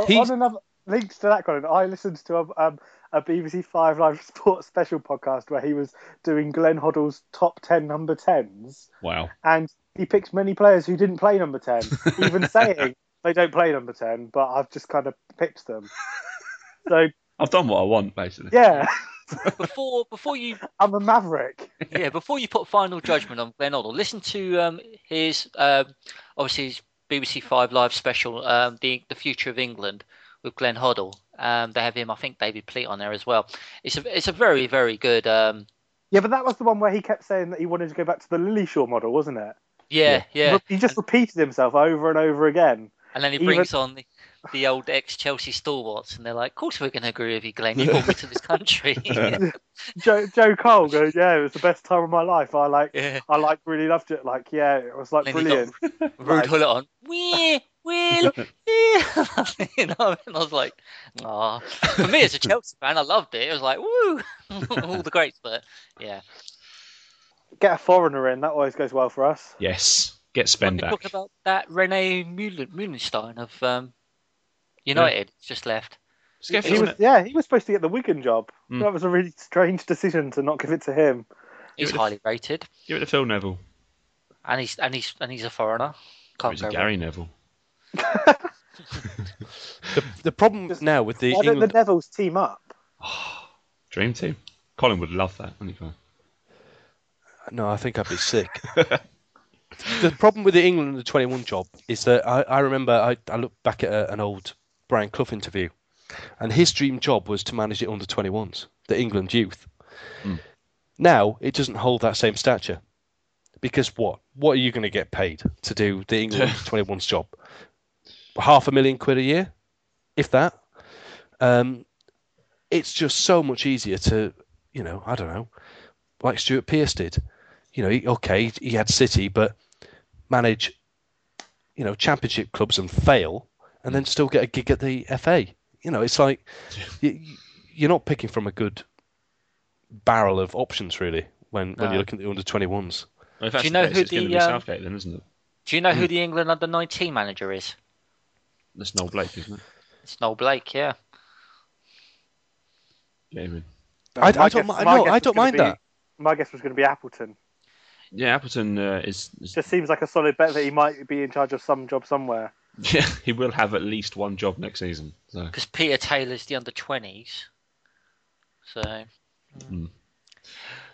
Speaker 2: He's-
Speaker 3: on another links to that, Colin. I listened to a, um, a BBC Five Live Sports special podcast where he was doing Glenn Hoddle's top ten number tens,
Speaker 1: Wow.
Speaker 3: and he picked many players who didn't play number ten, even saying they don't play number ten, but I've just kind of picked them. So
Speaker 1: I've done what I want, basically.
Speaker 3: yeah,
Speaker 4: Before before you
Speaker 3: I'm a maverick.
Speaker 4: yeah before you put final judgment on Glenn Hoddle, listen to um, his um, obviously his BBC Five Live special, um, the the future of England with Glenn Hoddle. Um, they have him, I think David Pleat on there as well. It's a it's a very very good. Um,
Speaker 3: Yeah, but that was the one where he kept saying that he wanted to go back to the Lillyshaw model, wasn't it?
Speaker 4: yeah, yeah,
Speaker 3: He just repeated himself over and over again.
Speaker 4: And then he
Speaker 3: Even-
Speaker 4: brings on the, the old ex Chelsea stalwarts, and they're like, "Of course we're going to agree with you, Glenn. You brought me to this country."
Speaker 3: Joe, Joe Cole goes, "Yeah, it was the best time of my life. I like,
Speaker 4: Yeah.
Speaker 3: I like, really loved it. Like, yeah, it was like
Speaker 4: Then he
Speaker 3: brilliant.
Speaker 4: Rude Hullet on. Wee, will, wee. you know, what I mean? I was like, ah. For me as a Chelsea fan, I loved it. It was like, woo, all the greats. But yeah,
Speaker 3: Get a foreigner in. That always goes well for us.
Speaker 1: Yes. Get
Speaker 4: when
Speaker 1: Spen back.
Speaker 4: they're talking about that Rene Mullen, Mullenstein of um, United, just left.
Speaker 1: It's getting
Speaker 3: He was,
Speaker 1: it?
Speaker 3: yeah, he was supposed to get the Wigan job.
Speaker 1: Hmm.
Speaker 3: That was a really strange decision to not give it to him.
Speaker 4: He's
Speaker 1: Yeah.
Speaker 4: highly rated,
Speaker 1: Give it to Phil Neville.
Speaker 4: and he's and he's and he's a foreigner.
Speaker 1: Or
Speaker 4: Can't
Speaker 1: is it
Speaker 4: go wrong.
Speaker 1: Gary Neville?
Speaker 2: the, the problem now with the
Speaker 3: Why don't the
Speaker 2: England
Speaker 3: Devils team up?
Speaker 1: Dream team. Colin would love that, wouldn't he? Colin?
Speaker 2: No, I think I'd be sick. the problem with the England under 21 job is that I, I remember I, I looked back at a, an old Brian Clough interview, and his dream job was to manage the under 21s, the England youth. Now it doesn't hold that same stature. Because what? What are you going to get paid to do the England under 21s job? Half a million quid a year, if that. Um, it's just so much easier to, you know, I don't know, like Stuart Pearce did. You know, he, okay, he had City, but manage, you know, championship clubs and fail, and then still get a gig at the FA. You know, it's like you, you're not picking from a good barrel of options really when, when
Speaker 4: No.
Speaker 2: you're looking at the under 21s.
Speaker 1: Well, if that's
Speaker 4: you
Speaker 1: the
Speaker 4: know
Speaker 1: case,
Speaker 4: who
Speaker 1: it's going to
Speaker 4: the,
Speaker 1: be
Speaker 4: um,
Speaker 1: Southgate then, isn't it?
Speaker 4: Do you know
Speaker 1: Hmm.
Speaker 4: who the England under 19 manager is?
Speaker 1: That's Noel Blake, isn't it?
Speaker 4: It's Noel Blake, yeah.
Speaker 1: Yeah, I mean-
Speaker 2: I- I don't mi- no, I don't mind that.
Speaker 3: My guess was going to be Appleton.
Speaker 1: yeah Appleton uh, is, is.
Speaker 3: Just seems like a solid bet that he might be in charge of some job somewhere.
Speaker 1: Yeah, he will have at least one job next season. So
Speaker 4: Because Peter Taylor's the under 20s. So.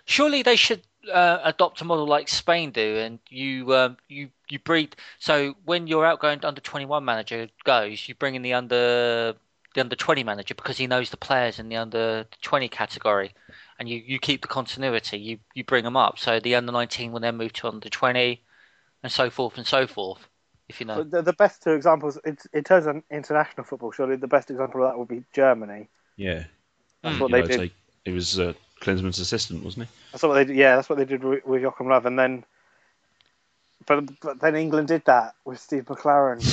Speaker 4: Surely they should uh, adopt a model like Spain do, and you um, you you breed. So when your outgoing under twenty one manager goes, you bring in the under the under twenty manager because he knows the players in the under twenty category, and you, you keep the continuity. You you bring them up, so the under nineteen will then move to under twenty, and so forth and so forth. If you know,
Speaker 3: But The, the best two examples, in, in terms of international football, surely the best example of that would be
Speaker 1: Mm.
Speaker 3: Germany.
Speaker 1: yeah,
Speaker 3: That's
Speaker 1: You
Speaker 3: what
Speaker 1: know,
Speaker 3: they
Speaker 1: I'd
Speaker 3: did.
Speaker 1: say He was uh, Klinsmann's assistant, wasn't he?
Speaker 3: That's what they did. Yeah, that's what they did with, with Joachim Love, and then, but, but then England did that with Steve McLaren.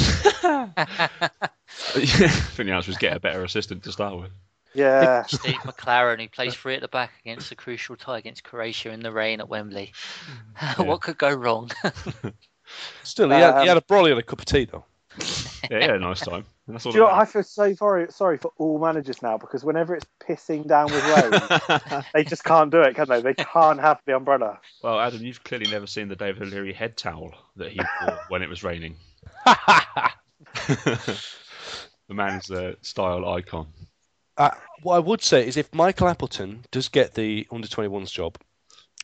Speaker 1: Yeah, I think the answer was get a better assistant to start with.
Speaker 3: Yeah,
Speaker 4: Steve McLaren, who plays three at the back against the crucial tie against Croatia in the rain at Wembley, what could go wrong?
Speaker 2: Still, he, had,
Speaker 3: Um,
Speaker 2: he had a brolly and a cup of tea, though.
Speaker 1: Yeah, yeah nice time. That's all.
Speaker 3: do you know what? I
Speaker 1: that
Speaker 3: feel so sorry sorry for all managers now because whenever it's pissing down with rain, they just can't do it, can they? They can't have the umbrella.
Speaker 1: matters. Well, Adam, you've clearly never seen the David O'Leary head towel that he wore when it was raining. the man's uh, style icon.
Speaker 2: I, uh, what I would say is if Michael Appleton does get the under 21s job,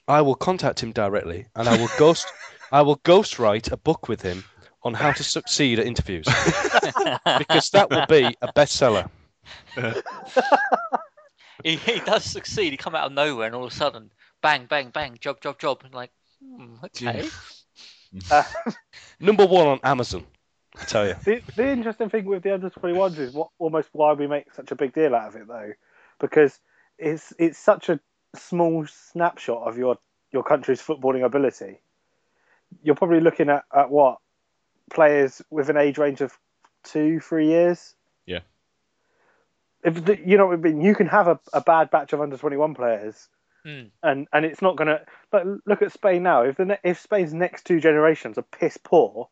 Speaker 2: I will contact him directly and I will ghost I will ghost write a book with him on how to succeed at interviews. because that will be a bestseller.
Speaker 4: he, he does succeed. He come out of nowhere and all of a sudden, bang, bang, bang, job, job, job. And like, hmm, okay.
Speaker 2: Number one on Amazon, I tell you.
Speaker 3: The, the interesting thing with the under 21s is what almost why we make such a big deal out of it though, because it's it's such a small snapshot of your your country's footballing ability. You're probably looking at, at what players with an age range of two, three years.
Speaker 1: Yeah.
Speaker 3: If the, you know what I mean, you can have a, a bad batch of under 21 players.
Speaker 4: Hmm.
Speaker 3: And and it's not gonna. But look at Spain now. If the ne- if Spain's next two generations are piss poor,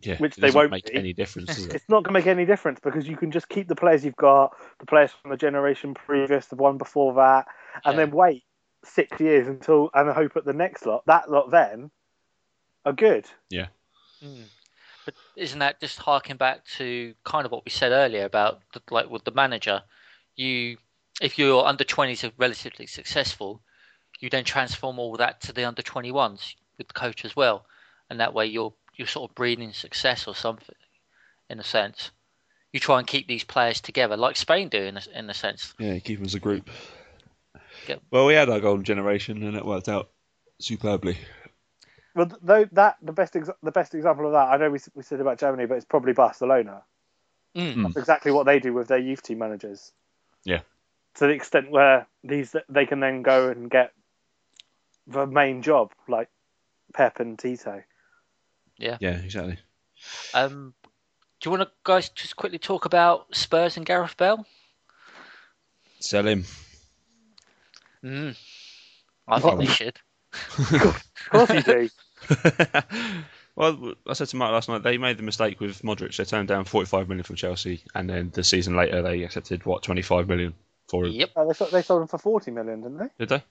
Speaker 1: Yeah,
Speaker 3: Which
Speaker 1: it
Speaker 3: they
Speaker 1: doesn't
Speaker 3: won't
Speaker 1: make
Speaker 3: be.
Speaker 1: any difference, does it?
Speaker 3: it's not going to make any difference because you can just keep the players you've got, the players from the generation previous, the one before that, and
Speaker 4: Yeah.
Speaker 3: then wait six years until and hope at the next lot, that lot then, are good.
Speaker 4: But isn't that just harking back to kind of what we said earlier about the, like with the manager? You, if your under 20s are relatively successful, you then transform all that to the under 21s with the coach as well, and that way you're you're sort of breeding success or something, in a sense. You try and keep these players together, like Spain do in a, in a sense.
Speaker 1: Yeah, keep him as a group.
Speaker 4: Yep.
Speaker 1: Well, we had our golden generation, and it worked out superbly.
Speaker 3: Well, th- though that the best ex- the best example of that, I know we, s- we said about Germany, but it's probably Barcelona.
Speaker 4: Mm.
Speaker 3: That's exactly what they do with their youth team managers.
Speaker 1: Yeah.
Speaker 3: To the extent where these they can then go and get the main job, like Pep and Tito.
Speaker 1: Yeah, exactly.
Speaker 4: Um, do you want to guys just quickly talk about Spurs and Gareth Bell?
Speaker 1: Sell him.
Speaker 4: Mm. I think they should.
Speaker 3: Of course you do.
Speaker 1: well, I said to Mark last night, they made the mistake with Modric. They turned down 45 million from Chelsea, and then the season later, they accepted what 25 million for him.
Speaker 4: Yep.
Speaker 3: Uh, they, sold, they sold him for 40 million, didn't they?
Speaker 1: Did they?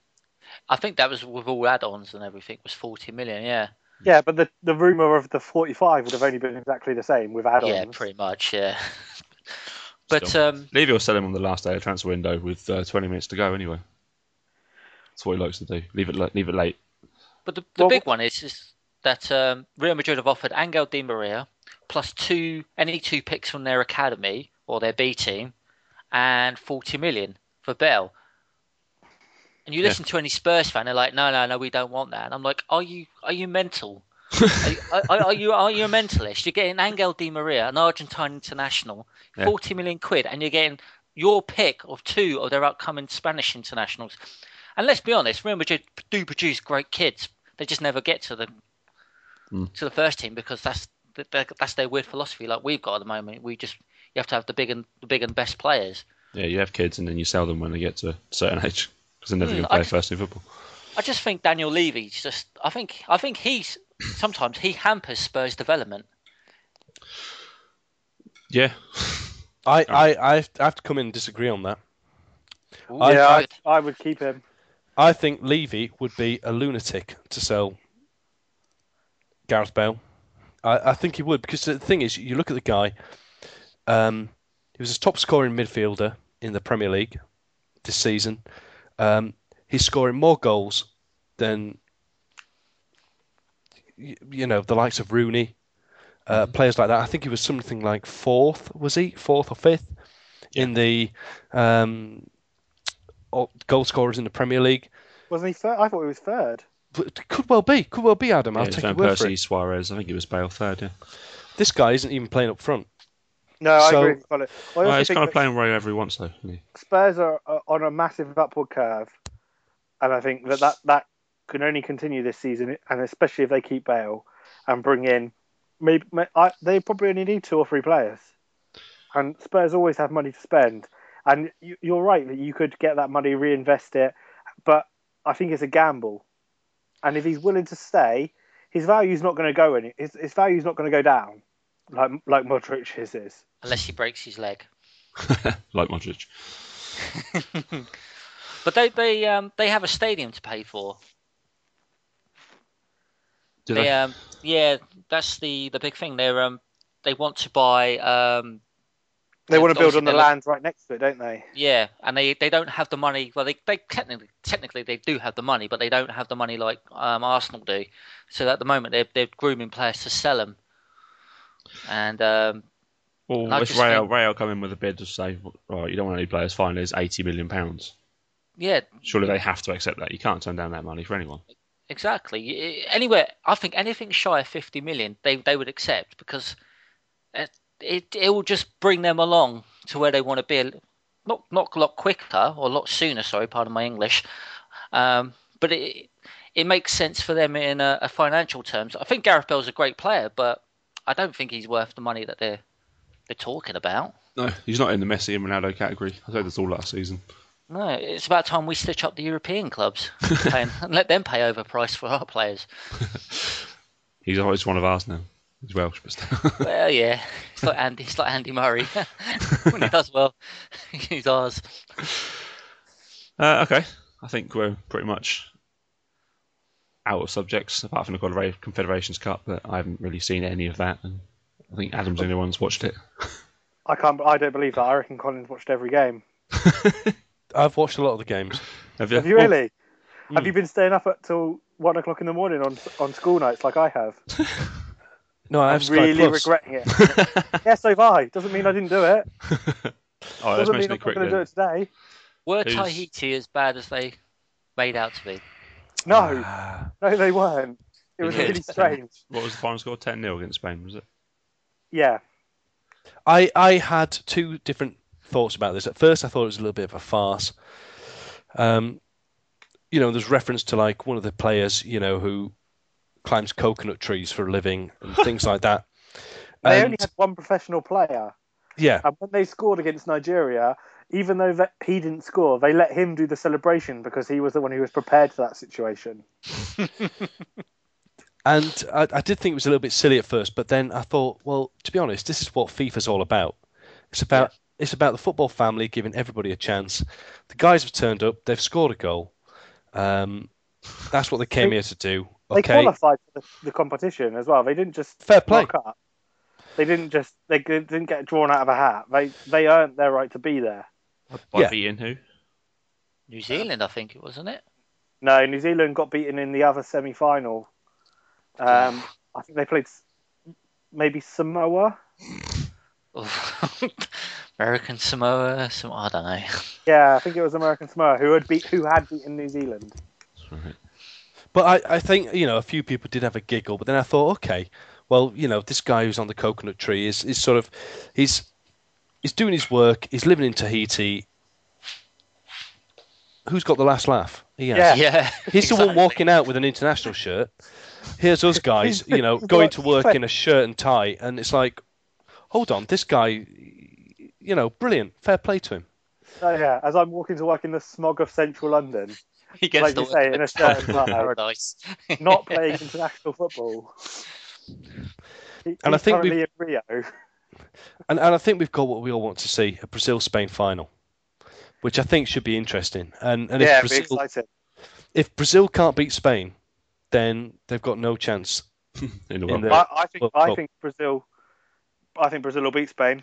Speaker 4: I think that was with all add-ons and everything was forty million. Yeah.
Speaker 3: Yeah, but the, the rumour of the 45 would have only been exactly the same with add ons.
Speaker 4: Yeah, pretty much. Yeah. but
Speaker 1: Still.
Speaker 4: um,
Speaker 1: Levy will sell him on the last day of transfer window with uh, 20 minutes to go anyway. That's what he likes to do. Leave it, la- leave it late.
Speaker 4: but the, the
Speaker 3: Well,
Speaker 4: big one is is that um, Real Madrid have offered Angel Di Maria plus two any two picks from their academy or their B team, and forty million for Bell. And you
Speaker 1: Yeah.
Speaker 4: listen to any Spurs fan, they're like, "No, no, no, we don't want that." And I'm like, "Are you are you mental?" Are you- are, are, are you are you a mentalist? You're getting Angel Di Maria, an Argentine international,
Speaker 1: Yeah.
Speaker 4: forty million quid, and you're getting your pick of two of their upcoming Spanish internationals. And let's be honest, Real Madrid do produce great kids. They just never get to the to the first team because that's that- that- that's their weird philosophy. Like we've got at the moment, we just you have to have the big and the big and best players.
Speaker 1: Yeah, you have kids, and then you sell them when they get to a certain age because they're never
Speaker 4: Hmm,
Speaker 1: going to
Speaker 4: I
Speaker 1: play
Speaker 4: c-
Speaker 1: first team football.
Speaker 4: I just think Daniel Levy's just. I think I think he's sometimes he hampers Spurs' development.
Speaker 1: Yeah.
Speaker 2: I, I, I have to come in and disagree on that.
Speaker 4: Ooh,
Speaker 2: I-
Speaker 3: yeah,
Speaker 4: yeah,
Speaker 3: I, I would keep him.
Speaker 2: I think Levy would be a lunatic to sell Gareth Bale. I, I think he would because the thing is, you look at the guy. Um, he was a top scoring midfielder in the Premier League this season. Um, he's scoring more goals than y- you know the likes of Rooney, uh, players like that. I think he was something like fourth, was he fourth or fifth in the um, o- goal scorers in the Premier League?
Speaker 3: Wasn't he third? I thought he was third.
Speaker 2: But it could well be, could well be, Adam.
Speaker 1: yeah
Speaker 2: I'll
Speaker 1: it's
Speaker 2: take
Speaker 1: Van
Speaker 2: your word for
Speaker 1: Persie,
Speaker 2: it.
Speaker 1: Suarez. I think it was Bale third. Yeah.
Speaker 2: This guy isn't even playing up front.
Speaker 3: No, I
Speaker 2: So-
Speaker 3: agree with you, Colin. I also
Speaker 1: Well, he's
Speaker 3: think
Speaker 1: kind of
Speaker 3: that
Speaker 1: playing wherever he wants, though. Isn't he?
Speaker 3: Spurs are, are on a massive upward curve, and I think that, that that can only continue this season, and especially if they keep Bale and bring in maybe may- I, they probably only need two or three players, and Spurs always have money to spend, and you, you're right that you could get that money reinvest it, but I think it's a gamble, and if he's willing to stay, his value's not going to go any his his value's not going to go down like like Modric's is.
Speaker 4: unless he breaks his leg.
Speaker 1: Like Modric.
Speaker 4: But they they um, they have a stadium to pay for.
Speaker 1: Did
Speaker 4: They,
Speaker 1: they?
Speaker 4: um, yeah, that's the, the big thing. They're um, they want to buy um,
Speaker 3: They
Speaker 4: Yeah,
Speaker 3: want to build
Speaker 4: obviously
Speaker 3: on the
Speaker 4: they're not-
Speaker 3: land right next to it, don't they?
Speaker 4: yeah, and they, they don't have the money. Well, they, they technically technically they do have the money, but they don't have the money like um, Arsenal do. So at the moment they're they're grooming players to sell them. And um,
Speaker 1: Well,
Speaker 4: I
Speaker 1: if
Speaker 4: just
Speaker 1: Rail
Speaker 4: think-
Speaker 1: Rail come in with a bid to say, right, you don't want any players fined is eighty million pounds.
Speaker 4: yeah,
Speaker 1: Surely they have to accept that. You can't turn down that money for anyone.
Speaker 4: Exactly. I- Anywhere, I think anything shy of fifty million, they they would accept because it it, it will just bring them along to where they want to be. a- Not not a lot quicker or a lot sooner. Sorry, pardon my English. Um, but it it makes sense for them in a, a financial terms. I think Gareth Bell's a great player, but I don't think he's worth the money that they're they're talking about.
Speaker 1: No, he's not in the Messi and Ronaldo category. I said this all last season.
Speaker 4: No, it's about time we stitch up the European clubs and, and let them pay overpriced for our players.
Speaker 1: He's always one of ours now. He's Welsh, but still.
Speaker 4: Well, yeah, it's like Andy. It's like Andy Murray. when he does well, he's ours.
Speaker 1: uh, okay, I think we're pretty much out of subjects apart from the Confedera- Confederations Cup. But I haven't really seen any of that, and I think Adam's the only one's watched it.
Speaker 3: I can't. I don't believe that. I reckon Collins watched every game.
Speaker 2: I've watched a lot of the games.
Speaker 3: Have
Speaker 1: Oh.
Speaker 3: you really?
Speaker 1: Hmm.
Speaker 3: Have you been staying up at till one o'clock in the morning on on school nights like I have?
Speaker 2: No, I
Speaker 3: I'm
Speaker 2: have Sky
Speaker 3: really
Speaker 2: Plus.
Speaker 3: regretting it. yes, so have I. Doesn't mean I didn't do it.
Speaker 1: Oh, let's
Speaker 3: Doesn't
Speaker 1: mention
Speaker 3: mean I'm
Speaker 1: it
Speaker 3: not going
Speaker 1: quickly.
Speaker 3: to do it today.
Speaker 4: Were
Speaker 1: Who's-
Speaker 4: Tahiti as bad as they made out to be?
Speaker 3: No, no, they weren't. It was
Speaker 1: Ah. Yeah.
Speaker 3: really strange.
Speaker 1: What was the final score? 10 0 against Spain, was it?
Speaker 3: Yeah,
Speaker 2: I, I had two different thoughts about this. At first, I thought it was a little bit of a farce. Um, you know, there's reference to like one of the players, you know, who climbs coconut trees for a living and things like that.
Speaker 3: they
Speaker 2: And-
Speaker 3: only had one professional player,
Speaker 2: yeah,
Speaker 3: and when they scored against Nigeria, even though that he didn't score, they let him do the celebration because he was the one who was prepared for that situation.
Speaker 2: And I, I did think it was a little bit silly at first, but then I thought, well, to be honest, this is what FIFA's all about. It's about it's about the football family giving everybody a chance. The guys have turned up, they've scored a goal. Um, that's what they came
Speaker 3: They-
Speaker 2: here to do.
Speaker 3: They
Speaker 2: Okay,
Speaker 3: qualified for the, the competition as well. They didn't just
Speaker 2: Fair play.
Speaker 3: rock up. They didn't just they g- didn't get drawn out of a hat. They they earned their right to be there.
Speaker 1: By
Speaker 2: Yeah.
Speaker 1: beating who?
Speaker 4: New Zealand, I think it wasn't it.
Speaker 3: No, New Zealand got beaten in the other semi final. Um, I think they played s- maybe Samoa.
Speaker 4: Oof. American Samoa, some I don't know.
Speaker 3: Yeah, I think it was American Samoa who had beat who had beaten New Zealand.
Speaker 1: Right.
Speaker 2: but I, I think you know a few people did have a giggle, but then I thought, okay, well, you know, this guy who's on the coconut tree is is sort of he's he's doing his work. He's living in Tahiti. Who's got the last laugh? He has.
Speaker 3: Yeah.
Speaker 4: Yeah,
Speaker 2: He's the one
Speaker 4: exactly.
Speaker 2: walking out with an international shirt. Here's us guys, you know, going to work in a shirt and tie, and it's like, hold on, this guy, you know, brilliant. Fair play to him.
Speaker 3: So yeah, as I'm walking to work in the smog of central London,
Speaker 4: He gets
Speaker 3: Like
Speaker 4: the
Speaker 3: you say, in a certain way.
Speaker 4: paradise.
Speaker 3: not playing international football. He-
Speaker 2: And I
Speaker 3: he's
Speaker 2: think
Speaker 3: currently in Rio.
Speaker 2: And, and I think we've got what we all want to see a Brazil Spain final, which I think should be interesting. And, and
Speaker 3: yeah,
Speaker 2: if,
Speaker 3: be
Speaker 2: Brazil,
Speaker 3: excited.
Speaker 2: if Brazil can't beat Spain, then they've got no chance.
Speaker 1: in the
Speaker 2: In
Speaker 1: World
Speaker 2: the-
Speaker 1: Cup.
Speaker 3: I, I think
Speaker 2: World
Speaker 3: I
Speaker 2: Cup.
Speaker 3: think Brazil. I think Brazil will beat Spain.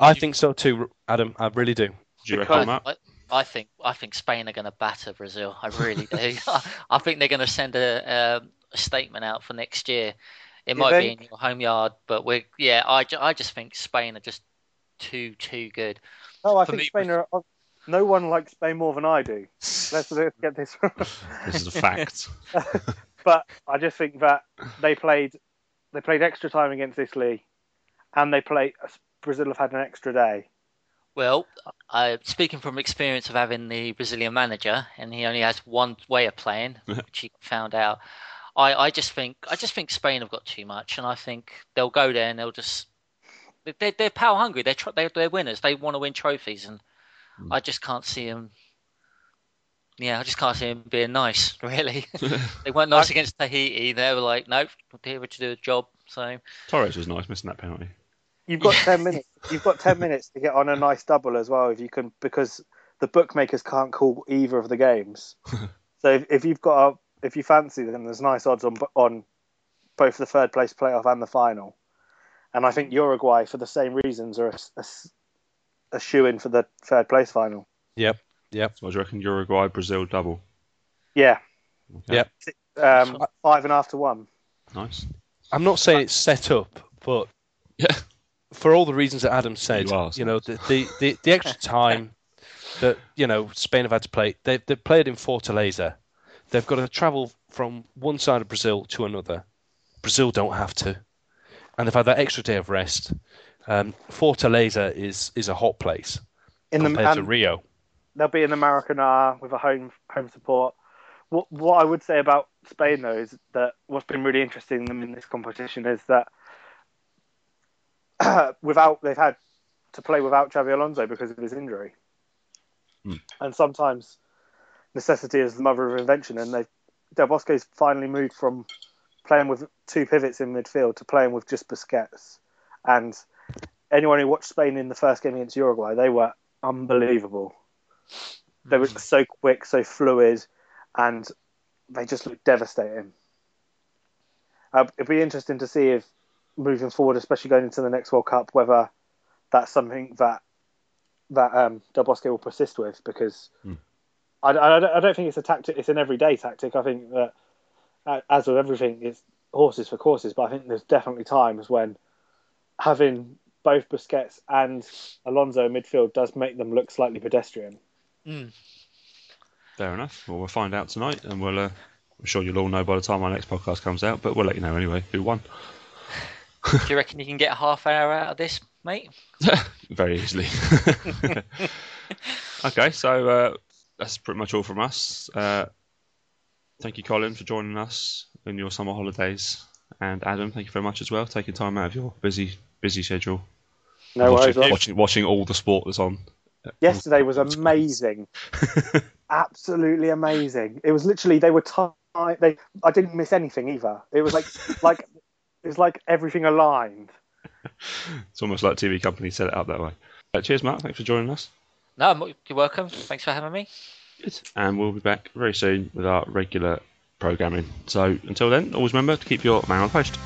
Speaker 2: I think so too, Adam. I really do.
Speaker 1: Do you
Speaker 3: because-
Speaker 1: reckon that?
Speaker 4: I, I think I think Spain are going to batter Brazil. I really do. I think they're going to send a, um, a statement out for next year. It
Speaker 3: You
Speaker 4: might be
Speaker 3: think?
Speaker 4: in your home yard, but we're yeah. I, ju- I just think Spain are just too too good.
Speaker 3: No, I
Speaker 4: For
Speaker 3: think
Speaker 4: me,
Speaker 3: Spain are. No one likes Spain more than I do. Let's, let's get this.
Speaker 1: This is a fact.
Speaker 3: but I just think that they played, they played extra time against Italy, and they play Brazil have had an extra day.
Speaker 4: Well, I, speaking from experience of having the Brazilian manager, and he only has one way of playing, which he found out. I, I just think I just think Spain have got too much, and I think they'll go there and they'll just they're, they're power hungry. They're, tr- they're they're winners. They want to win trophies, and I just can't see them. Yeah, I just can't see them being nice. Really, they weren't nice against Tahiti. They were like, nope, we're here to do a job. So
Speaker 1: Torres was nice missing that penalty.
Speaker 3: You've got ten minutes. You've got ten minutes to get on a nice double as well, if you can, because the bookmakers can't call either of the games. so if, if you've got a, if you fancy them, there's nice odds on on both the third place playoff and the final. And I think Uruguay, for the same reasons, are a, shoe in for the third place final.
Speaker 2: Yep. Yep.
Speaker 1: So I reckon Uruguay Brazil double.
Speaker 3: Yeah,
Speaker 1: Okay.
Speaker 2: Yep.
Speaker 3: um, five and a half to one.
Speaker 1: Nice.
Speaker 2: I'm not saying it's set up, but
Speaker 1: Yeah.
Speaker 2: for all the reasons that Adam said,
Speaker 1: You are
Speaker 2: you, know, the, the, the, the extra time that, you know, Spain have had to play, they've, they've played in Fortaleza. They've got to travel from one side of Brazil to another. Brazil don't have to. And they've had that extra day of rest. Um, Fortaleza is, is a hot place
Speaker 3: In the
Speaker 2: compared to
Speaker 3: and
Speaker 2: Rio.
Speaker 3: they'll be in the Maracanã with a home home support. What what I would say about Spain though is that what's been really interesting them in this competition is that without they've had to play without Xavi Alonso because of his injury,
Speaker 1: Hmm.
Speaker 3: and sometimes necessity is the mother of invention. And they Del Bosco's finally moved from playing with two pivots in midfield to playing with just Busquets. And anyone who watched Spain in the first game against Uruguay, they were unbelievable they were so quick, so fluid, and they just looked devastating. Uh, it'd be interesting to see if moving forward, especially going into the next World Cup, whether that's something that that um, Del Bosque will persist with because
Speaker 1: Hmm.
Speaker 3: I, I don't- I don't think it's a tactic. It's an everyday tactic. I think that uh, as with everything, it's horses for courses. But I think there's definitely times when having both Busquets and Alonso in midfield does make them look slightly pedestrian.
Speaker 1: Fair enough. Well, we'll find out tonight, and we'll. Uh, I'm sure you'll all know by the time our next podcast comes out, but we'll let you know anyway who won.
Speaker 4: do you reckon you can get a half hour out of this, mate?
Speaker 1: Very easily. okay, so uh, that's pretty much all from us. Uh, thank you, Colin, for joining us in your summer holidays, and Adam, thank you very much as well, taking time out of your busy busy schedule.
Speaker 3: No worries.
Speaker 1: watching,
Speaker 3: love.
Speaker 1: watching, watching all the sport that's on.
Speaker 3: Yesterday was amazing, absolutely amazing. It was literally they were tight. They I didn't miss anything either. It was like like it was like everything aligned.
Speaker 1: It's almost like TV companies set it up that way. Uh, cheers, Mark. Thanks for joining us.
Speaker 4: No, I'm- you're welcome. Thanks for having me.
Speaker 1: And we'll be back very soon with our regular programming. So until then, always remember to keep your man on post.